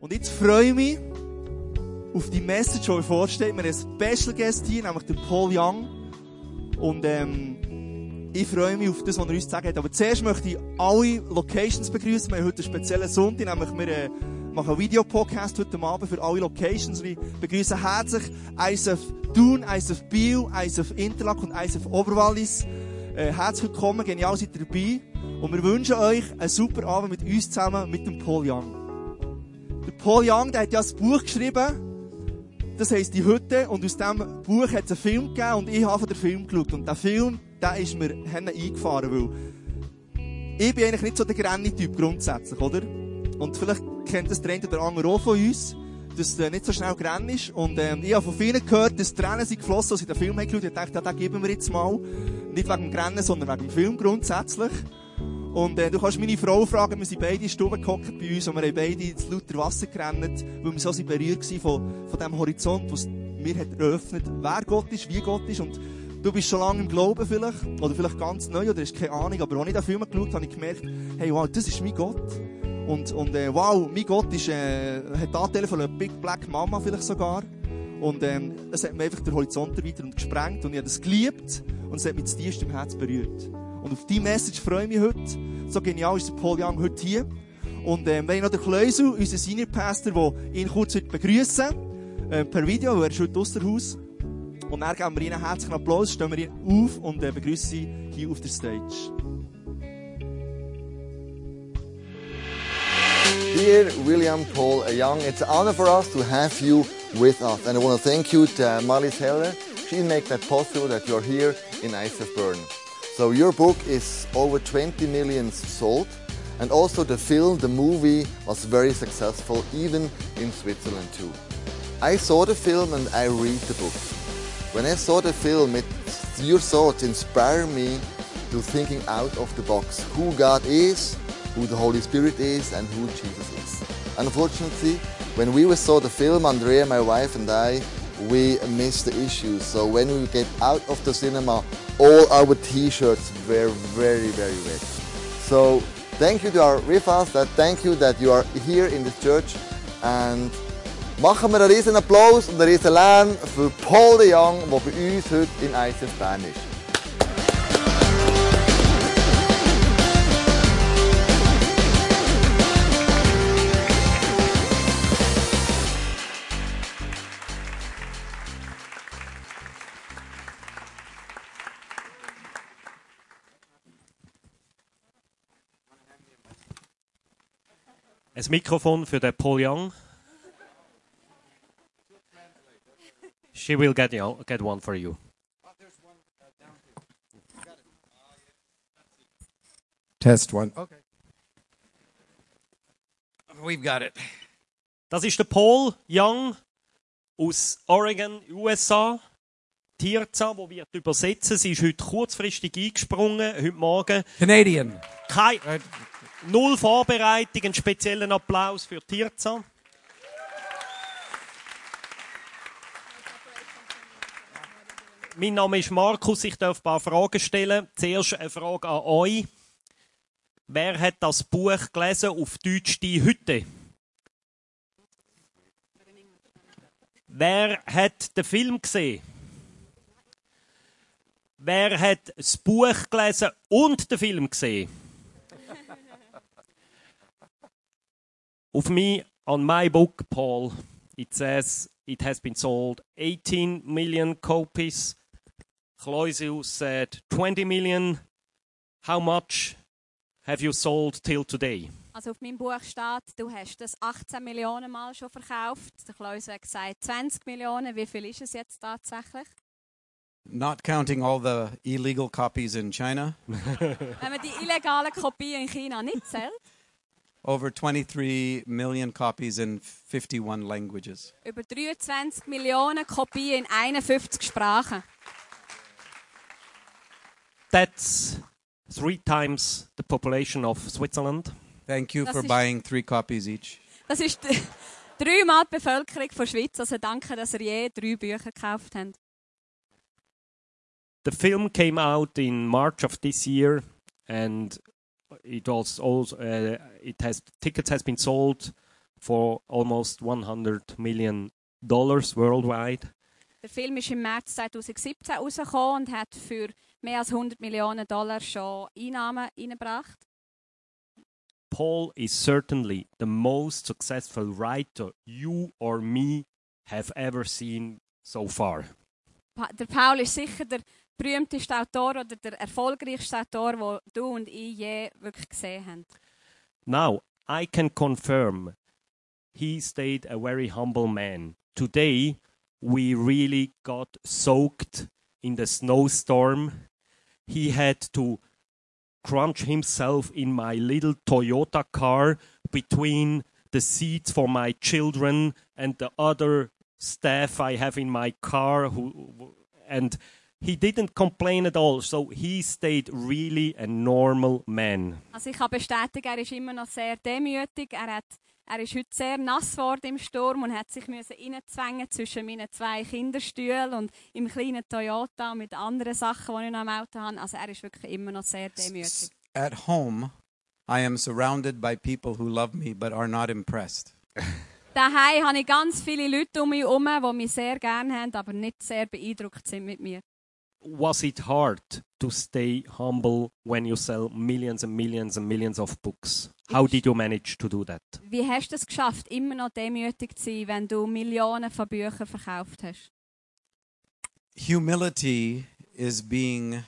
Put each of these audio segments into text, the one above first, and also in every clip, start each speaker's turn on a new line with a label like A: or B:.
A: Und jetzt freue ich mich auf die Message, die euch vorstellt. Wir haben einen Special Guest hier, nämlich den Paul Young. Und ähm, ich freue mich auf das, was er uns zu sagen hat. Aber zuerst möchte ich alle Locations begrüßen. Wir haben heute einen speziellen Sonntag, nämlich wir äh, machen einen Videopodcast heute Abend für alle Locations. Wir begrüßen herzlich ISF Thun, ISF Biel, ISF Interlaken und ISF Oberwallis. Äh, herzlich willkommen, genial seid ihr dabei. Und wir wünschen euch einen super Abend mit uns zusammen, mit dem Paul Young. Der Paul Young, der hat ja ein Buch geschrieben, das heisst Die Hütte. Und aus diesem Buch hat es einen Film gegeben und ich habe den Film geschaut. Und der Film, der ist mir hinten eingefahren, weil ich bin eigentlich nicht so der Granny-Typ grundsätzlich, oder? Und vielleicht kennt das der eine oder andere auch von uns, dass der nicht so schnell grann ist. Und ähm, ich habe von vielen gehört, dass Tränen sind geflossen, als ich den Film habe geschaut habe. Ich dachte, ja, den geben wir jetzt mal. Nicht wegen dem Grennen, sondern wegen dem Film grundsätzlich. Und äh, du kannst meine Frau fragen, wir sind beide in die Stube gehockt bei uns und wir haben beide ins lauter Wasser gerannt, weil wir so sind berührt waren von, von dem Horizont, was mir hat eröffnet, wer Gott ist, wie Gott ist und du bist schon lange im Glauben vielleicht, oder vielleicht ganz neu, oder hast keine Ahnung, aber als ich den Film geschaut habe, habe ich gemerkt, hey wow, das ist mein Gott. Und, und äh, wow, mein Gott ist, äh, hat Anteile von einer Big Black Mama vielleicht sogar. Und ähm, es hat mir einfach den Horizont erweitert und gesprengt und ich habe das geliebt und es hat mich zutiefst im Herz berührt. Und auf die Message freue ich mich heute. So genial ist der Paul Young heute hier. Und ähm, wir haben noch den Kleusel, unseren Senior Pastor, der ihn kurz heute begrüßen äh, per Video, weil er ist heute aus dem Haus. Und dann geben wir ihnen einen herzlichen Applaus, stellen wir ihn auf und äh, begrüßen sie hier auf der Stage.
B: Dear William Paul Young, it's an honor for us to have you with us. And I want to thank you to uh, Marlies Heller. She makes that possible that you're here in ISF Bern. So your book is over 20 million sold. And also the film, the movie was very successful, even in Switzerland too. I saw the film and I read the book. When I saw the film, it, your thoughts inspire me to thinking out of the box who God is, who the Holy Spirit is and who Jesus is. Unfortunately, when we saw the film, Andrea, my wife, and I, we missed the issue. So when we get out of the cinema, all our t-shirts were very, very wet. So thank you to our with us, that thank you that you are here in the church and machen wir einen riesen Applaus und einen riesen Lärm für Paul de Jong, der bei uns heute in ISF Bern ist.
C: Ein Mikrofon für den Paul Young. She will get, you- get one for you.
D: Test one.
E: We've got it.
C: Das ist der Paul Young aus Oregon, USA. Tirza, wo wird übersetzen. Sie ist heute kurzfristig eingesprungen, heute Morgen.
D: Canadian.
C: Kein, null Vorbereitung, einen speziellen Applaus für Tirza. Mein Name ist Markus, ich darf ein paar Fragen stellen. Zuerst eine Frage an euch. Wer hat das Buch gelesen auf Deutsch «Die Hütte»? Wer hat den Film gesehen? Wer hat das Buch gelesen und den Film gesehen? Of me, on my book, Paul, it says it has been sold 18 million copies. Kloisil said 20 million. How much have you sold till today?
F: Also auf meinem Buch steht, du hast das 18 Millionen Mal schon verkauft. Der Klaus hat gesagt 20 Millionen. Wie viel ist es jetzt tatsächlich?
E: Not counting all the illegal copies in China,
F: Wenn man die illegalen Kopien in China nicht zählt,
E: over 23 million copies in 51 languages.
F: über 23 Millionen Kopien in 51 Sprachen.
C: That's three times the population of Switzerland.
E: Thank you
F: Das
E: for
F: ist-
E: buying three copies each.
F: Das ist d- dreimal die Bevölkerung von Schweiz. Also danke, dass ihr je drei Bücher gekauft habt.
C: The film came out in March of this year, and it was also uh, it has tickets has been sold for almost 100 million dollars worldwide.
F: Der Film ist im März 2017 rausgekommen und hat für mehr als 100 Millionen Dollar schon Einnahmen eingebracht.
C: Paul is certainly the most successful writer you or me have ever seen so far.
F: Pa- Der Paul ist sicher der berühmteste Autor oder der erfolgreichste Autor, den du und ich je wirklich gesehen haben.
C: Now, I can confirm he stayed a very humble man. Today, we really got soaked in the snowstorm. He had to crunch himself in my little Toyota car between the seats for my children and the other staff I have in my car who and he didn't complain at all so he stayed really a normal man
F: Also ich kann bestätigen, er ist immer noch sehr demütig. Er, hat, er ist heute sehr nass geworden im Sturm und hat sich müssen reinzwängen zwischen meinen zwei Kinderstühlen und im kleinen Toyota und mit anderen Sachen, die ich noch im Auto habe. Also er ist wirklich immer noch sehr demütig.
E: At home, I am surrounded by people who love me but are not impressed.
F: Daheim habe ich ganz viele Leute um mich herum, die mich sehr gerne haben, aber nicht sehr beeindruckt sind mit mir.
C: was it hard to stay humble when you sell millions and millions and millions of books? How did you manage to do that?
F: Wie hast du es geschafft, immer noch demütig zu sein, wenn du Millionen von Büchern verkauft hast?
E: Humility is being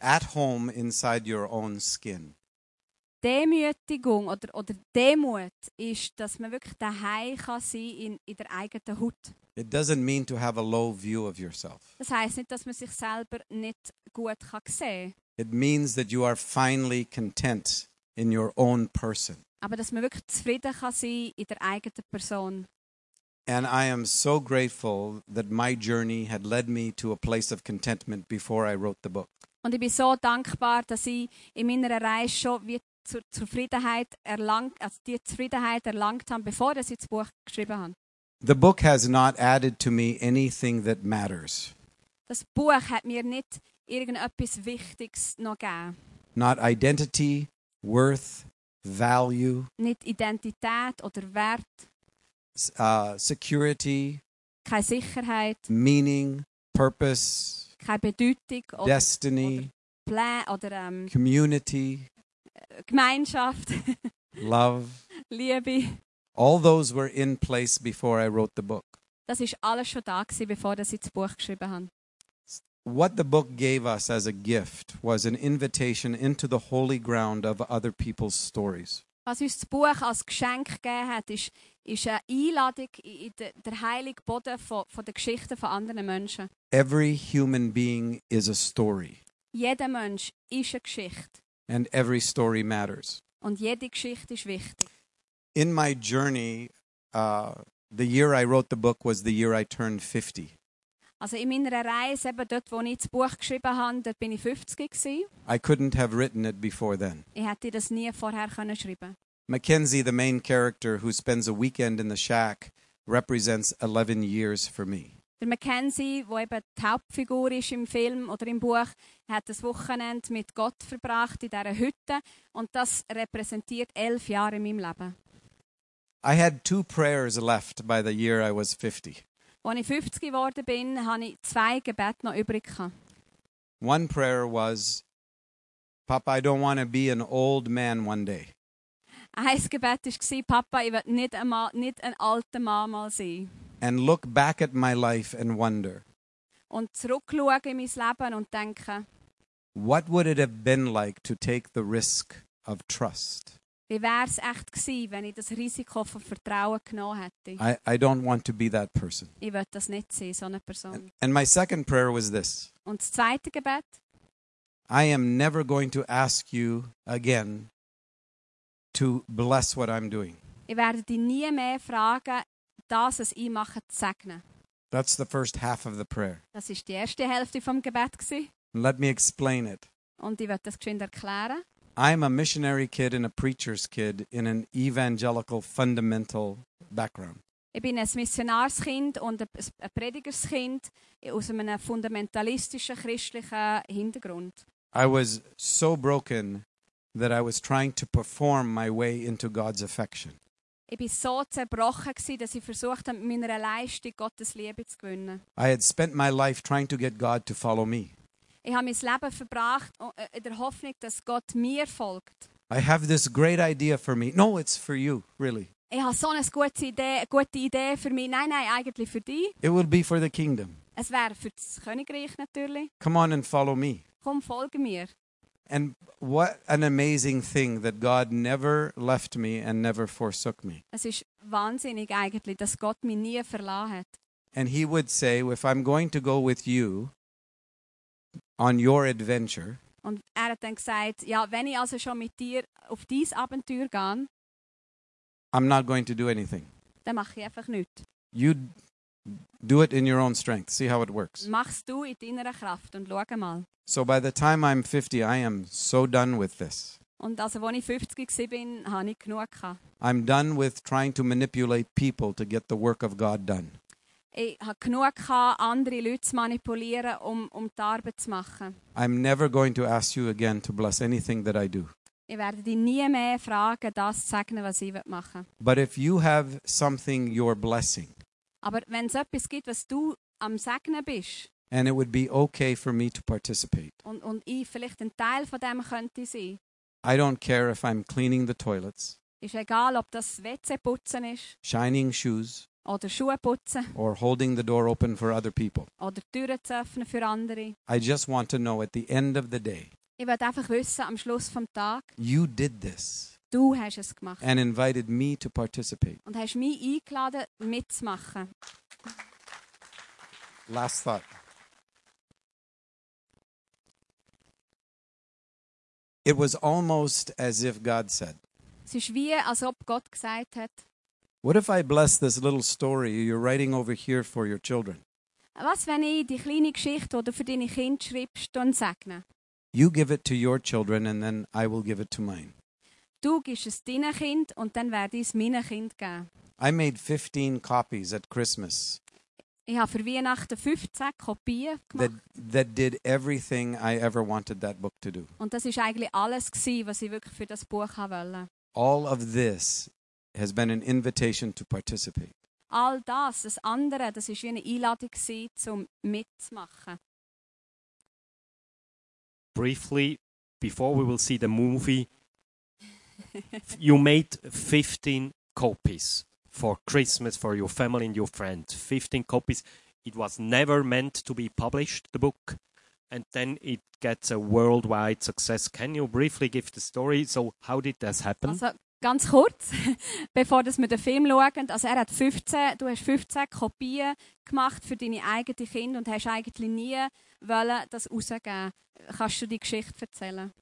E: at home inside your own skin.
F: Demütigung oder, oder Demut ist, dass man wirklich daheim kann sein in, in der eigenen Haut.
E: It doesn't mean to have a low view of yourself.
F: Das heißt nicht, dass man sich selber nicht gut kann sehen kann,
E: It means that you are finally content in your own person.
F: aber dass man wirklich zufrieden kann sein in der eigenen Person.
E: And I am so grateful that my journey had led me to a place of contentment before I wrote the book.
F: Und ich bin so dankbar, dass ich in meiner Reise schon wie zur Zufriedenheit erlangt, also die Zufriedenheit erlangt habe, bevor ich das Buch geschrieben habe.
E: The book has not added to me anything that matters
F: Das Buch hat mir nicht irgendetwas Wichtiges noch gegeben.
E: not identity, worth, value,
F: Nicht Identität oder Wert,
E: s- uh, security,
F: keine Sicherheit,
E: meaning, purpose,
F: keine Bedeutung oder,
E: destiny,
F: oder Plä- oder ähm,
E: community,
F: Gemeinschaft,
E: love.
F: Liebe.
E: All those were in place before I wrote the book.
F: Das ist alles schon da gewesen, bevor dass ich das Buch geschrieben habe.
E: What the book gave us as a gift was an invitation into the holy ground of other people's stories.
F: Was uns das Buch als Geschenk gegeben hat, ist, ist eine Einladung in in den den heiligen Boden von, von der Geschichten von anderen Menschen.
E: Every human being is a story,
F: Jeder Mensch ist eine Geschichte
E: and every story matters.
F: und jede Geschichte ist wichtig.
E: In my journey, uh, the year I wrote the book was the year I turned 50.
F: Also in meiner Reise, eben dort, wo ich das Buch geschrieben habe, dort bin ich 50 gewesen.
E: I couldn't have written it before then.
F: Ich hätte das nie vorher können schreiben.
E: Mackenzie, the main character who spends a weekend in the shack, represents 11 years for me.
F: Der Mackenzie, wo eben die Hauptfigur ist im Film oder im Buch, hat das Wochenende mit Gott verbracht in dieser Hütte und das repräsentiert elf Jahre in meinem Leben.
E: I had two prayers left by the year I was 50.
F: Als ich 50 geworden bin, hatte ich zwei Gebete noch übrig. gehabt.
E: One prayer was, Papa, I don't want to be an old man one day.
F: Ein Gebet war, Papa, ich will nicht, einmal, nicht ein alter Mann mal sein.
E: And look back at my life and wonder,
F: Und zurückschauen in mein Leben und denken,
E: what would it have been like to take the risk of trust?
F: wie wäre es echt gewesen, wenn ich das Risiko von Vertrauen genommen hätte.
E: I, I don't want to be that person.
F: Ich will das nicht sein, so eine Person.
E: And my second prayer was this
F: Und das zweite Gebet,
E: I am never going to ask you again to bless what I'm doing.
F: ich werde dich nie mehr fragen, das, was ich mache, zu segnen.
E: That's the first half of the prayer.
F: Das war die erste Hälfte vom Gebet. gewesen.
E: Let me explain it.
F: Und ich will das geschwind erklären.
E: I'm a missionary kid and a preacher's kid in an evangelical fundamental background.
F: Ich bin ein Missionarskind und ein ein Predigerskind aus einem fundamentalistischen christlichen Hintergrund.
E: I was so broken that I was trying to perform my way into God's affection.
F: ich war so zerbrochen, gewesen, dass ich versucht habe, mit meiner Leistung Gottes Liebe zu gewinnen.
E: I had spent my life trying to get God to follow me.
F: Ich habe mein Leben verbracht äh, in der Hoffnung, dass Gott mir folgt.
E: I have this great idea for me. No, it's for you, really.
F: Ich habe so eine gute Idee, gute Idee für mich. Nein, nein, eigentlich für dich.
E: It will be for the kingdom.
F: Es wäre für das Königreich natürlich.
E: Come on and follow me.
F: Komm, folge mir.
E: And what an amazing thing that God never left me and never forsook me.
F: Es ist wahnsinnig eigentlich, dass Gott mich nie verlassen hat.
E: And He would say, If I'm going to go with you on your adventure,
F: Und er hat dann gesagt, ja, wenn ich also schon mit dir auf dieses Abenteuer gehe,
E: I'm not going to do anything.
F: dann mache ich einfach nichts.
E: You d- do it in your own strength. See how it works.
F: Mach's du in deiner Kraft und schau mal.
E: So by the time I'm 50, I am so done with this.
F: Und also, als ich 50 war, hatte ich genug. Gehabt.
E: I'm done with trying to manipulate people to get the work of God done.
F: Ich hatte genug, gehabt, andere Leute zu manipulieren, um, um die Arbeit zu machen.
E: I'm never going to ask you again to bless anything that I do.
F: Ich werde dich nie mehr fragen, das zu segnen, was ich machen will.
E: But if you have something you're blessing,
F: Aber wenn es etwas gibt, was du am Segnen bist
E: and it would be okay for me to participate,
F: und, und ich vielleicht ein Teil von dem könnte sein,
E: I don't care if I'm cleaning the toilets,
F: ist egal, ob das WC putzen ist
E: shining shoes,
F: oder Schuhe putzen
E: or holding the door open for other people.
F: oder Türen zu öffnen für andere.
E: I just want to know at the end of the day,
F: Ich will einfach wissen, am Schluss vom Tag,
E: you did this
F: du hast es gemacht
E: and invited me to participate.
F: und hast mich eingeladen, mitzumachen.
E: Last thought. It was almost as if God said,
F: Es ist wie, als ob Gott gesagt hat,
E: What if I bless this little story you're writing over here for your children?
F: was, wenn ich die kleine Geschichte, die du für deine Kinder schreibst, dann segne?
E: You give it to your children, and then I will give it to mine.
F: Du gibst es deinem Kind und dann werde ich es meinem Kind geben.
E: I made 15 copies at Christmas
F: Ich habe für Weihnachten 15 Kopien
E: that,
F: gemacht.
E: that did everything I ever wanted that book to do.
F: Und das war eigentlich alles, gewesen, was ich wirklich für das Buch haben wollte.
E: All of this has been an invitation to participate.
F: All das, das andere, das war wie eine Einladung, gewesen, um mitzumachen.
C: Briefly, before we will see the movie, you made 15 copies for Christmas for your family and your friends. 15 copies. It was never meant to be published, the book, and then it gets a worldwide success. Can you briefly give the story? So, how did this happen?
F: Also ganz kurz, bevor dass wir den Film schauen. Also er hat 15, du hast 15 Kopien gemacht für deine eigenen Kinder und hast eigentlich nie wollen, das rausgeben. Kannst du die Geschichte erzählen?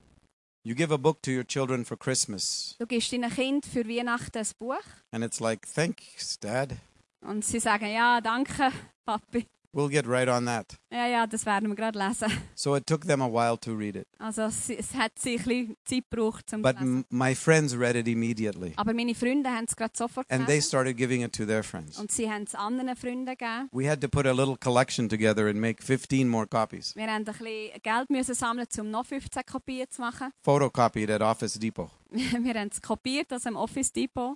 E: You give a book to your children for Christmas,
F: Du gibst deinen Kind für Weihnachten ein Buch
E: and it's like, Thanks, Dad.
F: und sie sagen, ja, danke, Papi.
E: We'll get right on that.
F: Ja, ja, das werden wir gerade lesen.
E: So it took them a while to read it.
F: Also es, es hat sie ein bisschen Zeit gebraucht, um
E: But
F: zu lesen.
E: m- my friends read it immediately,
F: Aber meine Freunde haben es gerade sofort
E: and they
F: gelesen.
E: started giving it to their friends.
F: Und sie haben es anderen Freunden gegeben.
E: We had to put a little collection together and make 15 more copies,
F: Wir haben ein bisschen Geld müssen sammeln, um noch 15 Kopien zu machen.
E: photocopied at Office Depot.
F: wir haben es kopiert aus dem Office Depot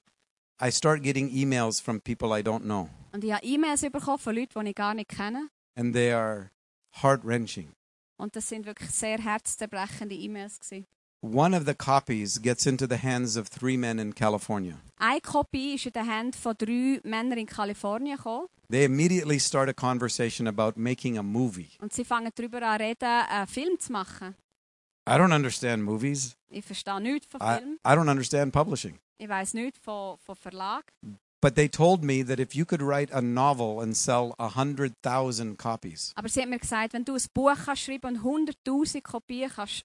E: I start getting emails from people I don't know,
F: und ich habe E-Mails bekommen von Leuten, die ich gar nicht kenne.
E: and they are heart wrenching.
F: Und das sind wirklich sehr herzzerbrechende E-Mails. gewesen.
E: One of the copies gets into the hands of three men in California.
F: Eine Kopie ist in den Händen von drei Männern in Kalifornien gekommen
E: They immediately start a conversation about making a movie.
F: und sie fangen darüber an reden, einen Film zu machen.
E: I don't understand movies.
F: Ich verstehe nichts von
E: I,
F: Film,
E: I don't understand publishing.
F: ich weiß nichts von, von Verlag.
E: But they told me that if you could write a novel and sell a 100,000 copies,
F: Aber sie hat mir gesagt, wenn du ein Buch kannst schreiben und 100'000 Kopien kannst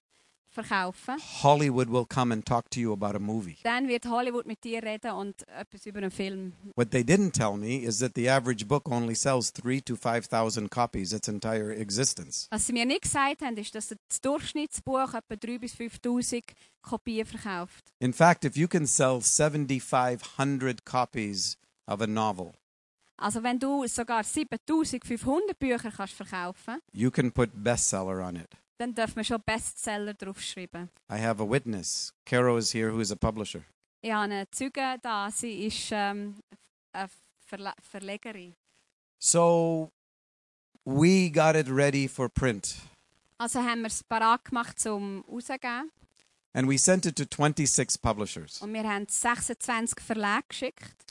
F: verkaufen,
E: Hollywood will come and talk to you about a movie.
F: dann wird Hollywood mit dir reden und etwas über einen Film
E: What they didn't tell me is that the average book only sells 3 to 5,000 copies its entire existence.
F: Was sie mir nicht gesagt haben, ist, dass das Durchschnittsbuch etwa 3.000 bis 5.000 Kopien verkauft.
E: In fact, if you can sell 7,500 copies of a novel,
F: Also wenn du sogar 7.500 Bücher kannst verkaufen
E: you can put bestseller on it.
F: dann dürfen wir schon Bestseller draufschreiben.
E: I have a witness. Caro is here, who is a publisher.
F: Ich- ich habe eine Zeuge da, sie ist ähm, eine Verle Verlegerin.
E: So we got it ready for print.
F: Also haben wir es parat gemacht zum Rausgeben
E: And we sent it to 26 publishers.
F: und wir haben 26 Verlage geschickt.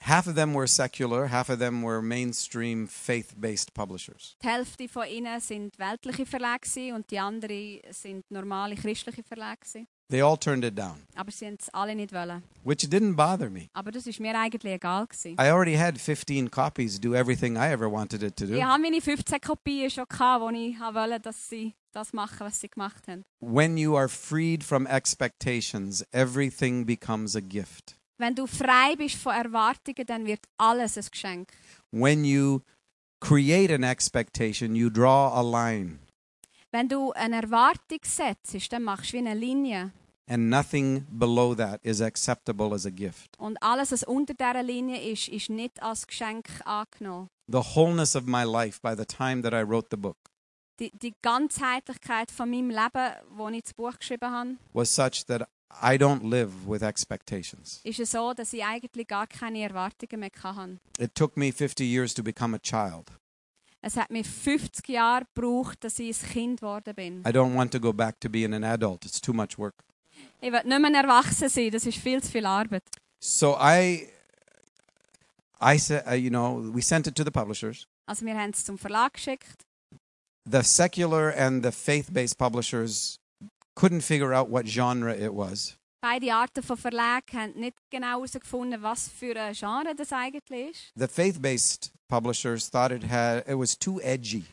E: Half of them were secular, half of them were mainstream faith based publishers.
F: Die Hälfte von ihnen sind weltliche Verlage gewesen und die andere sind normale christliche Verlage. gewesen.
E: They all turned it down,
F: Aber sie haben es alle nicht wollen.
E: which didn't bother me.
F: Aber das ist mir eigentlich egal. Gewesen.
E: I already had 15 copies do everything I ever wanted it to
F: Ich
E: do.
F: hatte meine 15 Kopien schon, gehabt, wo ich wollte, dass sie das machen, was sie gemacht haben.
E: When you are freed from expectations, everything becomes a gift.
F: Wenn du frei bist von Erwartungen, dann wird alles ein Geschenk.
E: When you create an expectation, you draw a line,
F: Wenn du eine Erwartung setzt, dann machst du wie eine Linie.
E: and nothing below that is acceptable as a gift.
F: Und alles, was unter dieser Linie ist, ist nicht als Geschenk angenommen.
E: The wholeness of my life by the time that I wrote the book
F: Die, die Ganzheitlichkeit von meinem Leben, wo ich das Buch geschrieben habe,
E: was such that I don't live with expectations.
F: ist es so, dass ich eigentlich gar keine Erwartungen mehr hatte.
E: It took me 50 years to become a child.
F: Es hat mir 50 Jahre gebraucht, dass ich ein Kind geworden bin.
E: I don't want to go back to being an adult, it's too much work.
F: Ich will nicht mehr erwachsen sein, das ist viel zu viel Arbeit.
E: So I, I said, uh, you know, we sent it to the publishers.
F: Also wir haben es zum Verlag geschickt.
E: The secular and the faith-based publishers couldn't figure out what genre it was.
F: Beide Arten von Verlagen haben nicht genau herausgefunden, was für ein Genre das eigentlich ist.
E: The faith-based publishers thought it had it was too edgy,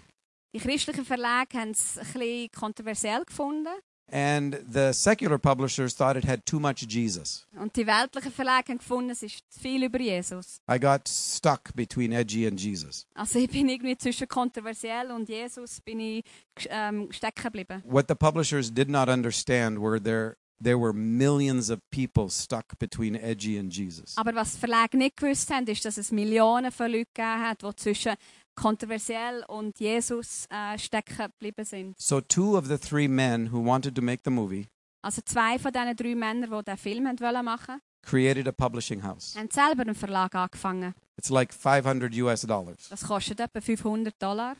F: Die christlichen Verlage haben es ein bisschen kontroversiell gefunden.
E: and the secular publishers thought it had too much Jesus.
F: Und die weltlichen Verlage haben gefunden, es ist zu viel über Jesus.
E: I got stuck between edgy and Jesus.
F: Also ich bin irgendwie zwischen kontroversiell und Jesus bin ich gest- ähm, stecken geblieben.
E: What the publishers did not understand were there there were millions of people stuck between edgy and Jesus.
F: Aber was die Verlage nicht gewusst haben, ist, dass es Millionen von Leuten gegeben hat, die zwischen kontroversiell und Jesus äh, stecken geblieben sind.
E: So two of the three men who wanted to make the movie
F: Also zwei von diesen drei Männern, die diesen Film haben wollen machen
E: created a publishing house.
F: haben selber einen Verlag angefangen.
E: It's like 500 US dollars.
F: Das kostet etwa 500 Dollar.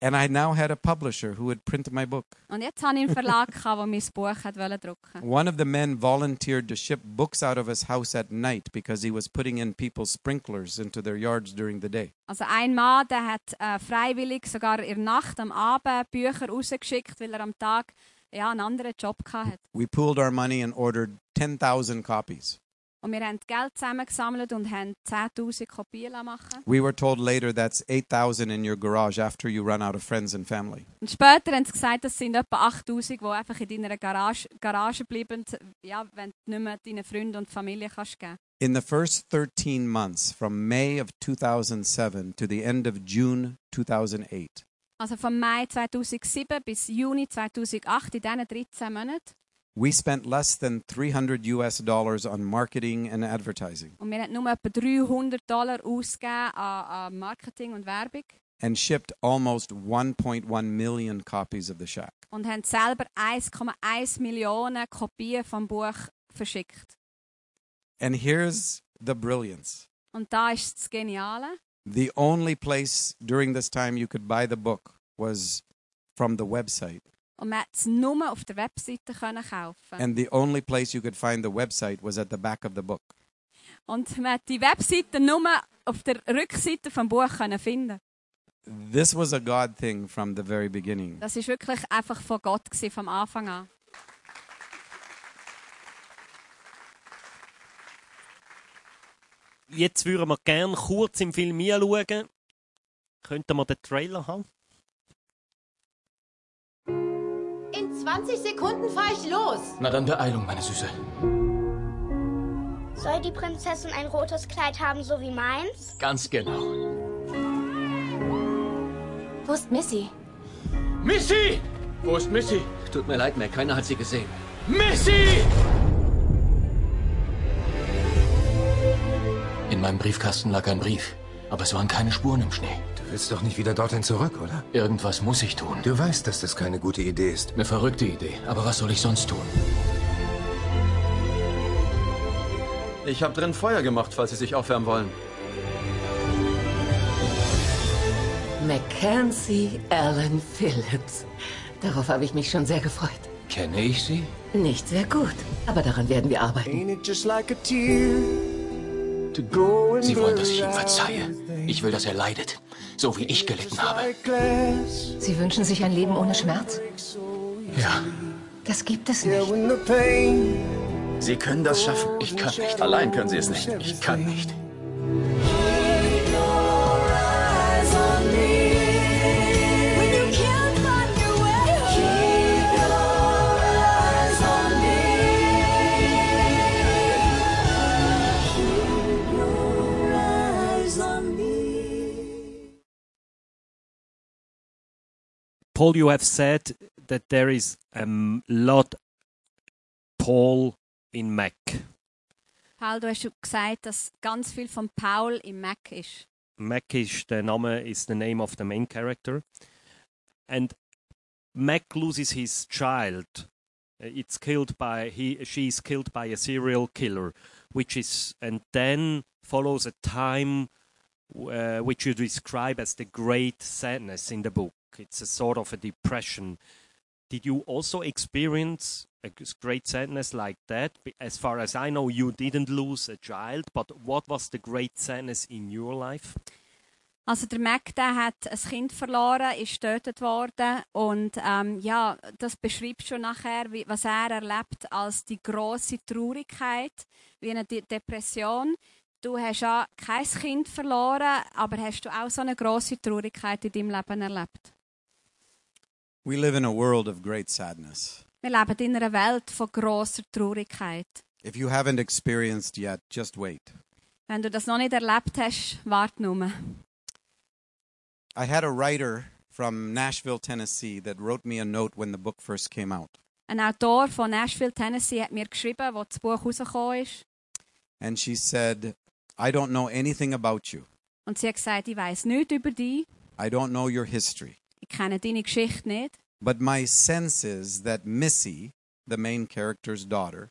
E: And I now had a publisher who would print my book.
F: Und jetzt hatte ich einen Verlag, gehabt, der mein Buch hat wollen drucken
E: One of the men volunteered to ship books out of his house at night because he was putting in people's sprinklers into their yards during the day.
F: Also ein Mann, der hat äh, freiwillig sogar in der Nacht, am Abend Bücher rausgeschickt, weil er am Tag ja, einen anderen Job hatte.
E: We pooled our money and ordered 10,000 copies.
F: Und wir haben Geld zusammengesammelt und haben 10'000 Kopien lassen machen
E: We were told later that's 8,000 in your garage after you run out of friends and family.
F: Und später haben sie gesagt, das sind etwa 8'000, die einfach in deiner Garage, Garage bleiben, ja, wenn du nicht mehr deinen Freunden und Familie kannst geben
E: In the first 13 months, from May of 2007 to the end of June 2008,
F: Also von Mai 2007 bis Juni 2008, in diesen 13 Monaten.
E: we spent less than 300 US dollars on marketing and advertising
F: Und wir haben nur etwa 300 Dollar ausgegeben an, an Marketing und Werbung
E: and shipped almost 1.1 million copies of The Shack.
F: und haben selber 1,1 Millionen Kopien vom Buch verschickt.
E: And here's the brilliance.
F: Und da ist das Geniale.
E: The only place during this time you could buy the book was from the website.
F: Und man hat es nur auf der Webseite können kaufen.
E: And the only place you could find the website was at the back of the book.
F: Und man hat die Webseite nur auf der Rückseite vom Buch können finden.
E: This was a God thing from the very beginning.
F: Das ist wirklich einfach von Gott gewesen, vom Anfang an.
C: Jetzt würden wir gerne kurz im Film hinschauen. Könnten wir den Trailer haben?
G: In 20 Sekunden fahre ich los.
H: Na dann Beeilung, meine Süße.
I: Soll die Prinzessin ein rotes Kleid haben, so wie meins?
H: Ganz genau.
G: Wo ist Missy?
H: Missy! Wo ist Missy? Tut mir leid, Mac, keiner hat sie gesehen. Missy! In meinem Briefkasten lag ein Brief, aber es waren keine Spuren im Schnee.
J: Du willst doch nicht wieder dorthin zurück, oder?
H: Irgendwas muss ich tun.
J: Du weißt, dass das keine gute Idee ist.
H: Eine verrückte Idee, aber was soll ich sonst tun? Ich habe drin Feuer gemacht, falls Sie sich aufwärmen wollen.
K: Mackenzie Allen Phillips. Darauf habe ich mich schon sehr gefreut.
J: Kenne ich sie?
K: Nicht sehr gut, aber daran werden wir arbeiten.
J: Sie wollen, dass ich ihm verzeihe. Ich will, dass er leidet. So wie ich gelitten habe.
K: Sie wünschen sich ein Leben ohne Schmerz?
J: Ja.
K: Das gibt es nicht.
H: Sie können das schaffen. Ich kann nicht. Allein können Sie es nicht. Ich kann nicht.
C: Paul, you have said that there is a m- lot Paul in Mac.
F: Paul, du hast schon gesagt, dass ganz viel von Paul im Mac ist.
C: Mac is the name is the name of the main character, and Mac loses his child. Uh, It's killed by he she is killed by a serial killer, which is and then follows a time uh, which you describe as the great sadness in the book. It's a sort of a depression. Did you also experience a g- great sadness like that? Be- As far as I know, you didn't lose a child, but what was the great sadness in your life?
F: Also der Mac, der hat ein Kind verloren, ist getötet worden und ähm, ja, das beschreibt schon nachher, wie, was er erlebt als die große Traurigkeit, wie eine De Depression. Du hast ja kein Kind verloren, aber hast du auch so eine große Traurigkeit in deinem Leben erlebt?
E: We live in a world of great sadness.
F: Wir leben in einer Welt von großer Traurigkeit.
E: If you haven't experienced yet, just wait.
F: Wenn du das noch nicht erlebt hast, warte nur.
E: I had a writer from Nashville, Tennessee that wrote me a note when the book first came out.
F: Ein Autor von Nashville, Tennessee, hat mir geschrieben, wo das Buch rausgekommen ist.
E: And she said, I don't know anything about you.
F: Und sie hat gesagt, ich weiß nichts über dich,
E: I don't know your history.
F: ich kenne deine Geschichte nicht.
E: But my sense is that Missy, the main character's daughter,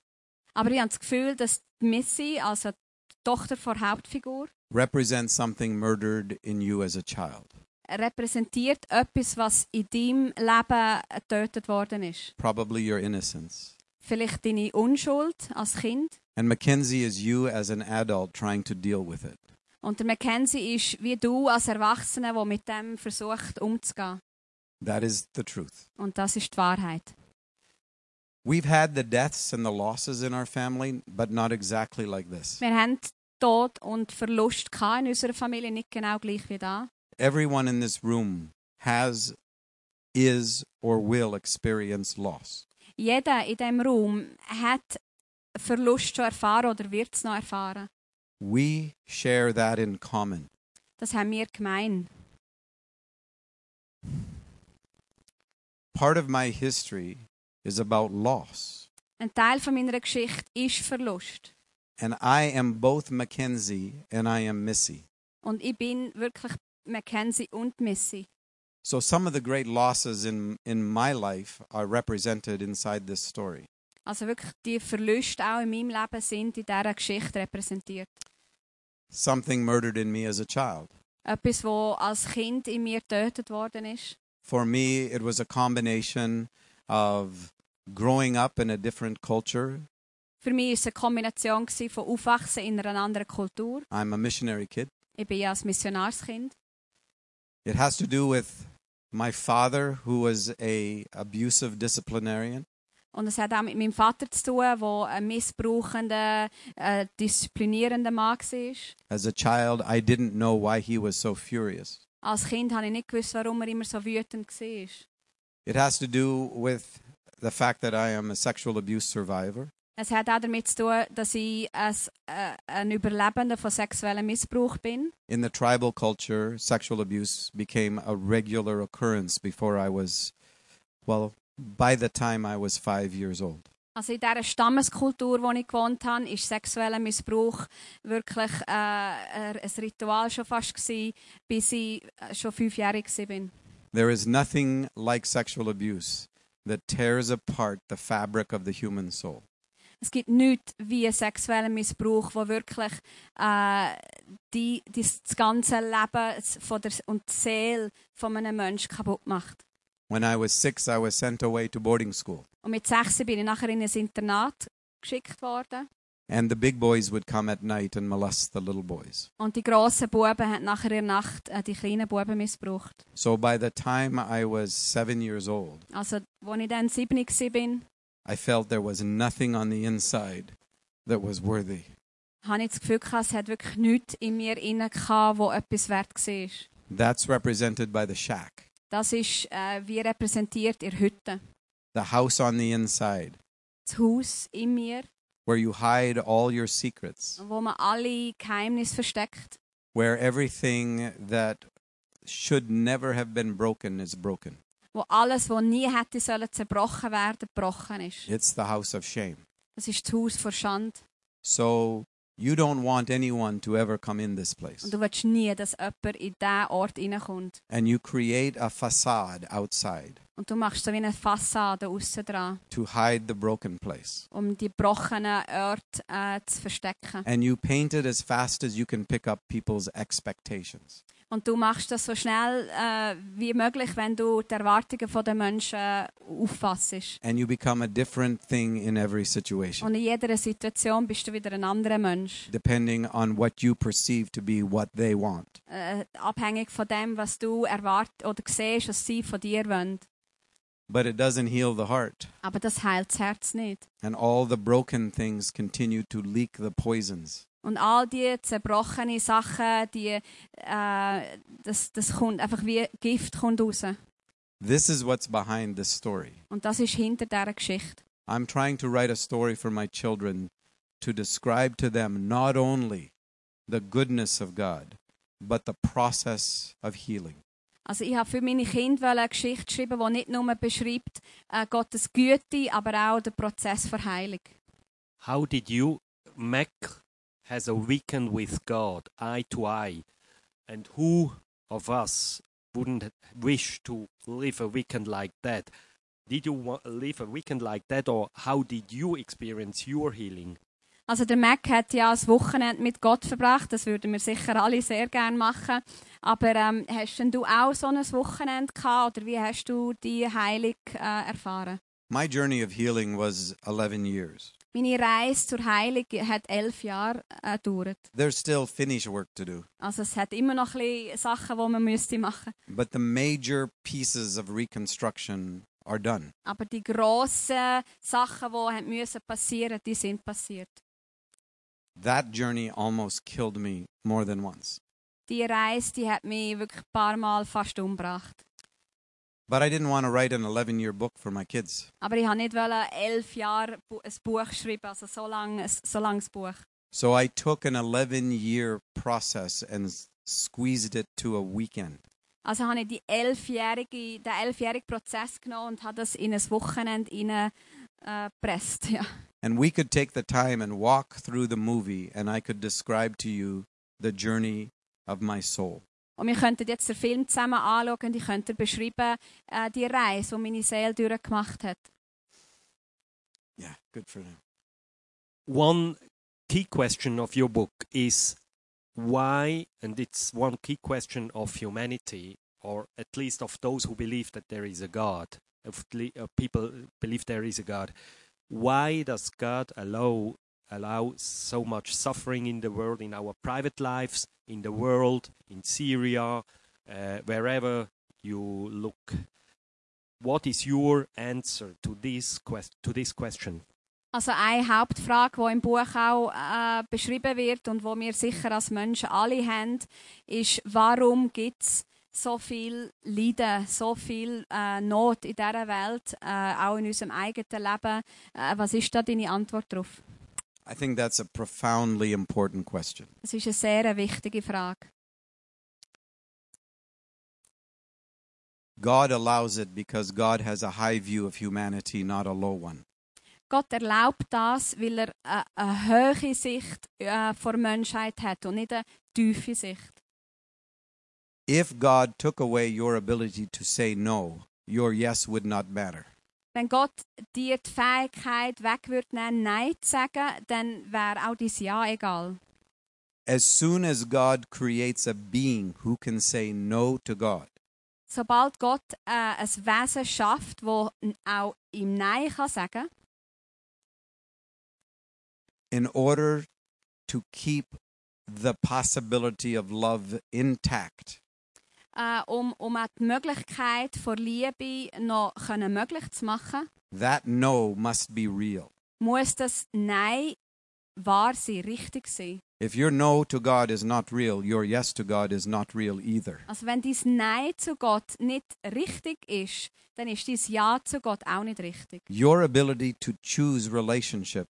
F: Aber ich habe das Gefühl, dass die Missy, also die Tochter der Hauptfigur,
E: represents something murdered in you as a child,
F: repräsentiert etwas, was in deinem Leben getötet worden ist.
E: probably your innocence.
F: Vielleicht deine Unschuld als Kind.
E: And Mackenzie is you as an adult trying to deal with it.
F: Und der Mackenzie ist wie du als Erwachsener, der mit dem versucht umzugehen.
E: That is the truth.
F: Und das ist die Wahrheit.
E: We've had the deaths and the losses in our family, but not exactly like this.
F: Wir haben Tod und Verlust gehabt in unserer Familie, nicht genau gleich wie da.
E: Everyone in this room has, is, or will experience loss.
F: Jeder in diesem Raum hat Verlust schon erfahren oder wird es noch erfahren.
E: We share that in common.
F: Das haben wir gemein.
E: Part of my history is about loss,
F: Ein Teil von meiner Geschichte ist Verlust.
E: and I am both Mackenzie and I am Missy.
F: Und ich bin wirklich Mackenzie und Missy.
E: So some of the great losses in, in my life are represented inside this story.
F: Also wirklich die Verluste auch in meinem Leben sind in dieser Geschichte repräsentiert.
E: Something murdered in me as a child.
F: Etwas, wo als Kind in mir getötet worden ist.
E: For me, it was a combination of growing up in a different culture.
F: Für mich war es eine Kombination gewesen von Aufwachsen in einer anderen Kultur.
E: I'm a missionary kid.
F: Ich bin ja als Missionarskind.
E: It has to do with my father, who was a abusive disciplinarian.
F: Und es hat auch mit meinem Vater zu tun, der ein missbrauchender, äh, disziplinierender Mann war.
E: As a child, I didn't know why he was so furious.
F: Als Kind habe ich nicht gewusst, warum er immer so wütend war.
E: It has to do with the fact that I am a sexual abuse survivor.
F: Es hat auch damit zu tun, dass ich ein, äh, ein Überlebender von sexuellem Missbrauch bin.
E: In the tribal culture, sexual abuse became a regular occurrence before I was, well, by the time I was five years old.
F: Also in dieser Stammeskultur, wo ich gewohnt habe, ist sexueller Missbrauch wirklich äh, äh, ein Ritual schon fast gewesen, bis ich äh, schon fünfjährig war.
E: There is nothing like sexual abuse that tears apart the fabric of the human soul.
F: Es gibt nichts wie sexuellen Missbrauch, wo wirklich äh, die, die, das ganze Leben von der, und die Seele von einem Menschen kaputt macht.
E: When I was six, I was sent away to boarding school,
F: Und mit sechs bin ich nachher in ein Internat geschickt worden.
E: and the big boys would come at night and molest the little boys.
F: Und die grossen Buben haben nachher in der Nacht äh, die kleinen Buben missbraucht.
E: So by the time I was seven years old,
F: Also, als ich dann sieben war,
E: I felt there was nothing on the inside that was worthy.
F: hatte ich das Gefühl, gehabt, es hat wirklich nichts in mir inne gehabt, wo etwas wert war.
E: That's represented by the shack,
F: Das ist äh, wie repräsentiert in der Hütte.
E: the house on the inside,
F: Das Haus in mir,
E: where you hide all your secrets,
F: wo man alle Geheimnisse versteckt,
E: where everything that should never have been broken is broken.
F: wo alles, was nie hätte sollen zerbrochen werden, gebrochen ist.
E: It's the house of shame.
F: Das ist das Haus vor Schande.
E: So you don't want anyone to ever come in this place.
F: Und du willst nie, dass jemand in diesen Ort hineinkommt.
E: And you create a facade outside
F: Und du machst so wie eine Fassade aussen dran,
E: to hide the broken place.
F: um die gebrochenen Orte äh, zu verstecken.
E: And you paint it as fast as you can pick up people's expectations.
F: Und du machst das so schnell äh, wie möglich, wenn du die Erwartungen der Menschen äh, auffasst.
E: And you become a different thing in every situation,
F: Und in jeder Situation bist du wieder ein anderer Mensch.
E: depending on what you perceive to be what they want.
F: Äh, abhängig von dem, was du erwartest oder siehst, was sie von dir wollen.
E: But it doesn't heal the heart.
F: Aber das heilt das Herz nicht.
E: And all the broken things continue to leak the poisons.
F: Und all die zerbrochenen Sachen, die, äh, das, das kommt einfach wie Gift kommt raus.
E: This is what's behind this story.
F: Und das ist hinter dieser Geschichte.
E: I'm trying to write a story for my children to describe to them not only the goodness of God, but the process of healing.
F: Also ich habe für meine Kinder wollte eine Geschichte schreiben, die nicht nur beschreibt äh, Gottes Güte, aber auch den Prozess der Heilung.
C: How did you? Mac has a weekend with God, eye to eye. And who of us wouldn't wish to live a weekend like that? Did you wa- live a weekend like that, or how did you experience your healing?
F: Also der Mac hat ja das Wochenende mit Gott verbracht, das würden wir sicher alle sehr gerne machen. Aber ähm, hast denn du auch so ein Wochenende gehabt oder wie hast du die Heilung äh, erfahren?
E: My journey of healing was 11 years.
F: Meine Reise zur Heilung hat elf Jahre äh, gedauert.
E: There's still finish work to do,
F: Also es hat immer noch ein bisschen Sachen, die man müsste machen.
E: but the major pieces of reconstruction are done.
F: Aber die grossen Sachen, die haben müssen passieren, die sind passiert.
E: That journey almost killed me more than once.
F: Die Reise, die hat mich wirklich ein paar Mal fast umgebracht.
E: But I didn't want to write an 11 year book for my kids.
F: Aber ich wollte nicht wollen elf Jahre bu- ein Buch schreiben, also so lang, so langes Buch.
E: So I took an 11 year process and s- squeezed it to a weekend.
F: Also habe ich die elfjährige, den elfjährigen Prozess genommen und habe das in ein Wochenende hinein, äh, gepresst. Ja.
E: And we could take the time and walk through the movie, and I could describe to you the journey of my soul.
F: Und wir könnten jetzt den Film zusammen anschauen und ich könnte beschreiben, äh, die Reise, die meine Seele durchgemacht hat.
E: Yeah, good for them.
C: One key question of your book is why, and it's one key question of humanity, or at least of those who believe that there is a God, of le- uh, people believe there is a God. Why does God allow allow so much suffering in the world, in our private lives, in the world, in Syria, uh, wherever you look? What is your answer to this quest- to this question?
F: Also eine Hauptfrage, die im Buch auch äh, beschrieben wird und wo wir sicher als Menschen alle haben, ist, warum gibt es so viel Leiden, so viel äh, Not in dieser Welt, äh, auch in unserem eigenen Leben? Äh, was ist da deine Antwort darauf?
E: I think that's a profoundly important question.
F: Das ist eine sehr wichtige Frage.
E: God allows it because God has a high view of humanity, not a low one.
F: Gott erlaubt das, weil er äh, eine hohe Sicht äh, vor der Menschheit hat und nicht eine tiefe Sicht.
E: If God took away your ability to say no, your yes would not matter.
F: Wenn Gott dir die Fähigkeit weg würde nehmen, Nein zu sagen, dann wäre auch dein Ja egal.
E: As soon as God creates a being who can say no to God,
F: Sobald Gott äh, ein Wesen schafft, wo n- auch ihm Nein kann sagen
E: in order to keep the possibility of love intact,
F: kann, äh, um, um auch die Möglichkeit von Liebe noch können möglich zu machen,
E: that no must be real.
F: muss das Nein wahr sein, richtig sein.
E: If your no to God is not real, your yes to God is not real either.
F: Also wenn dein Nein zu Gott nicht richtig ist, dann ist dein Ja zu Gott auch nicht richtig.
E: Your ability to choose relationship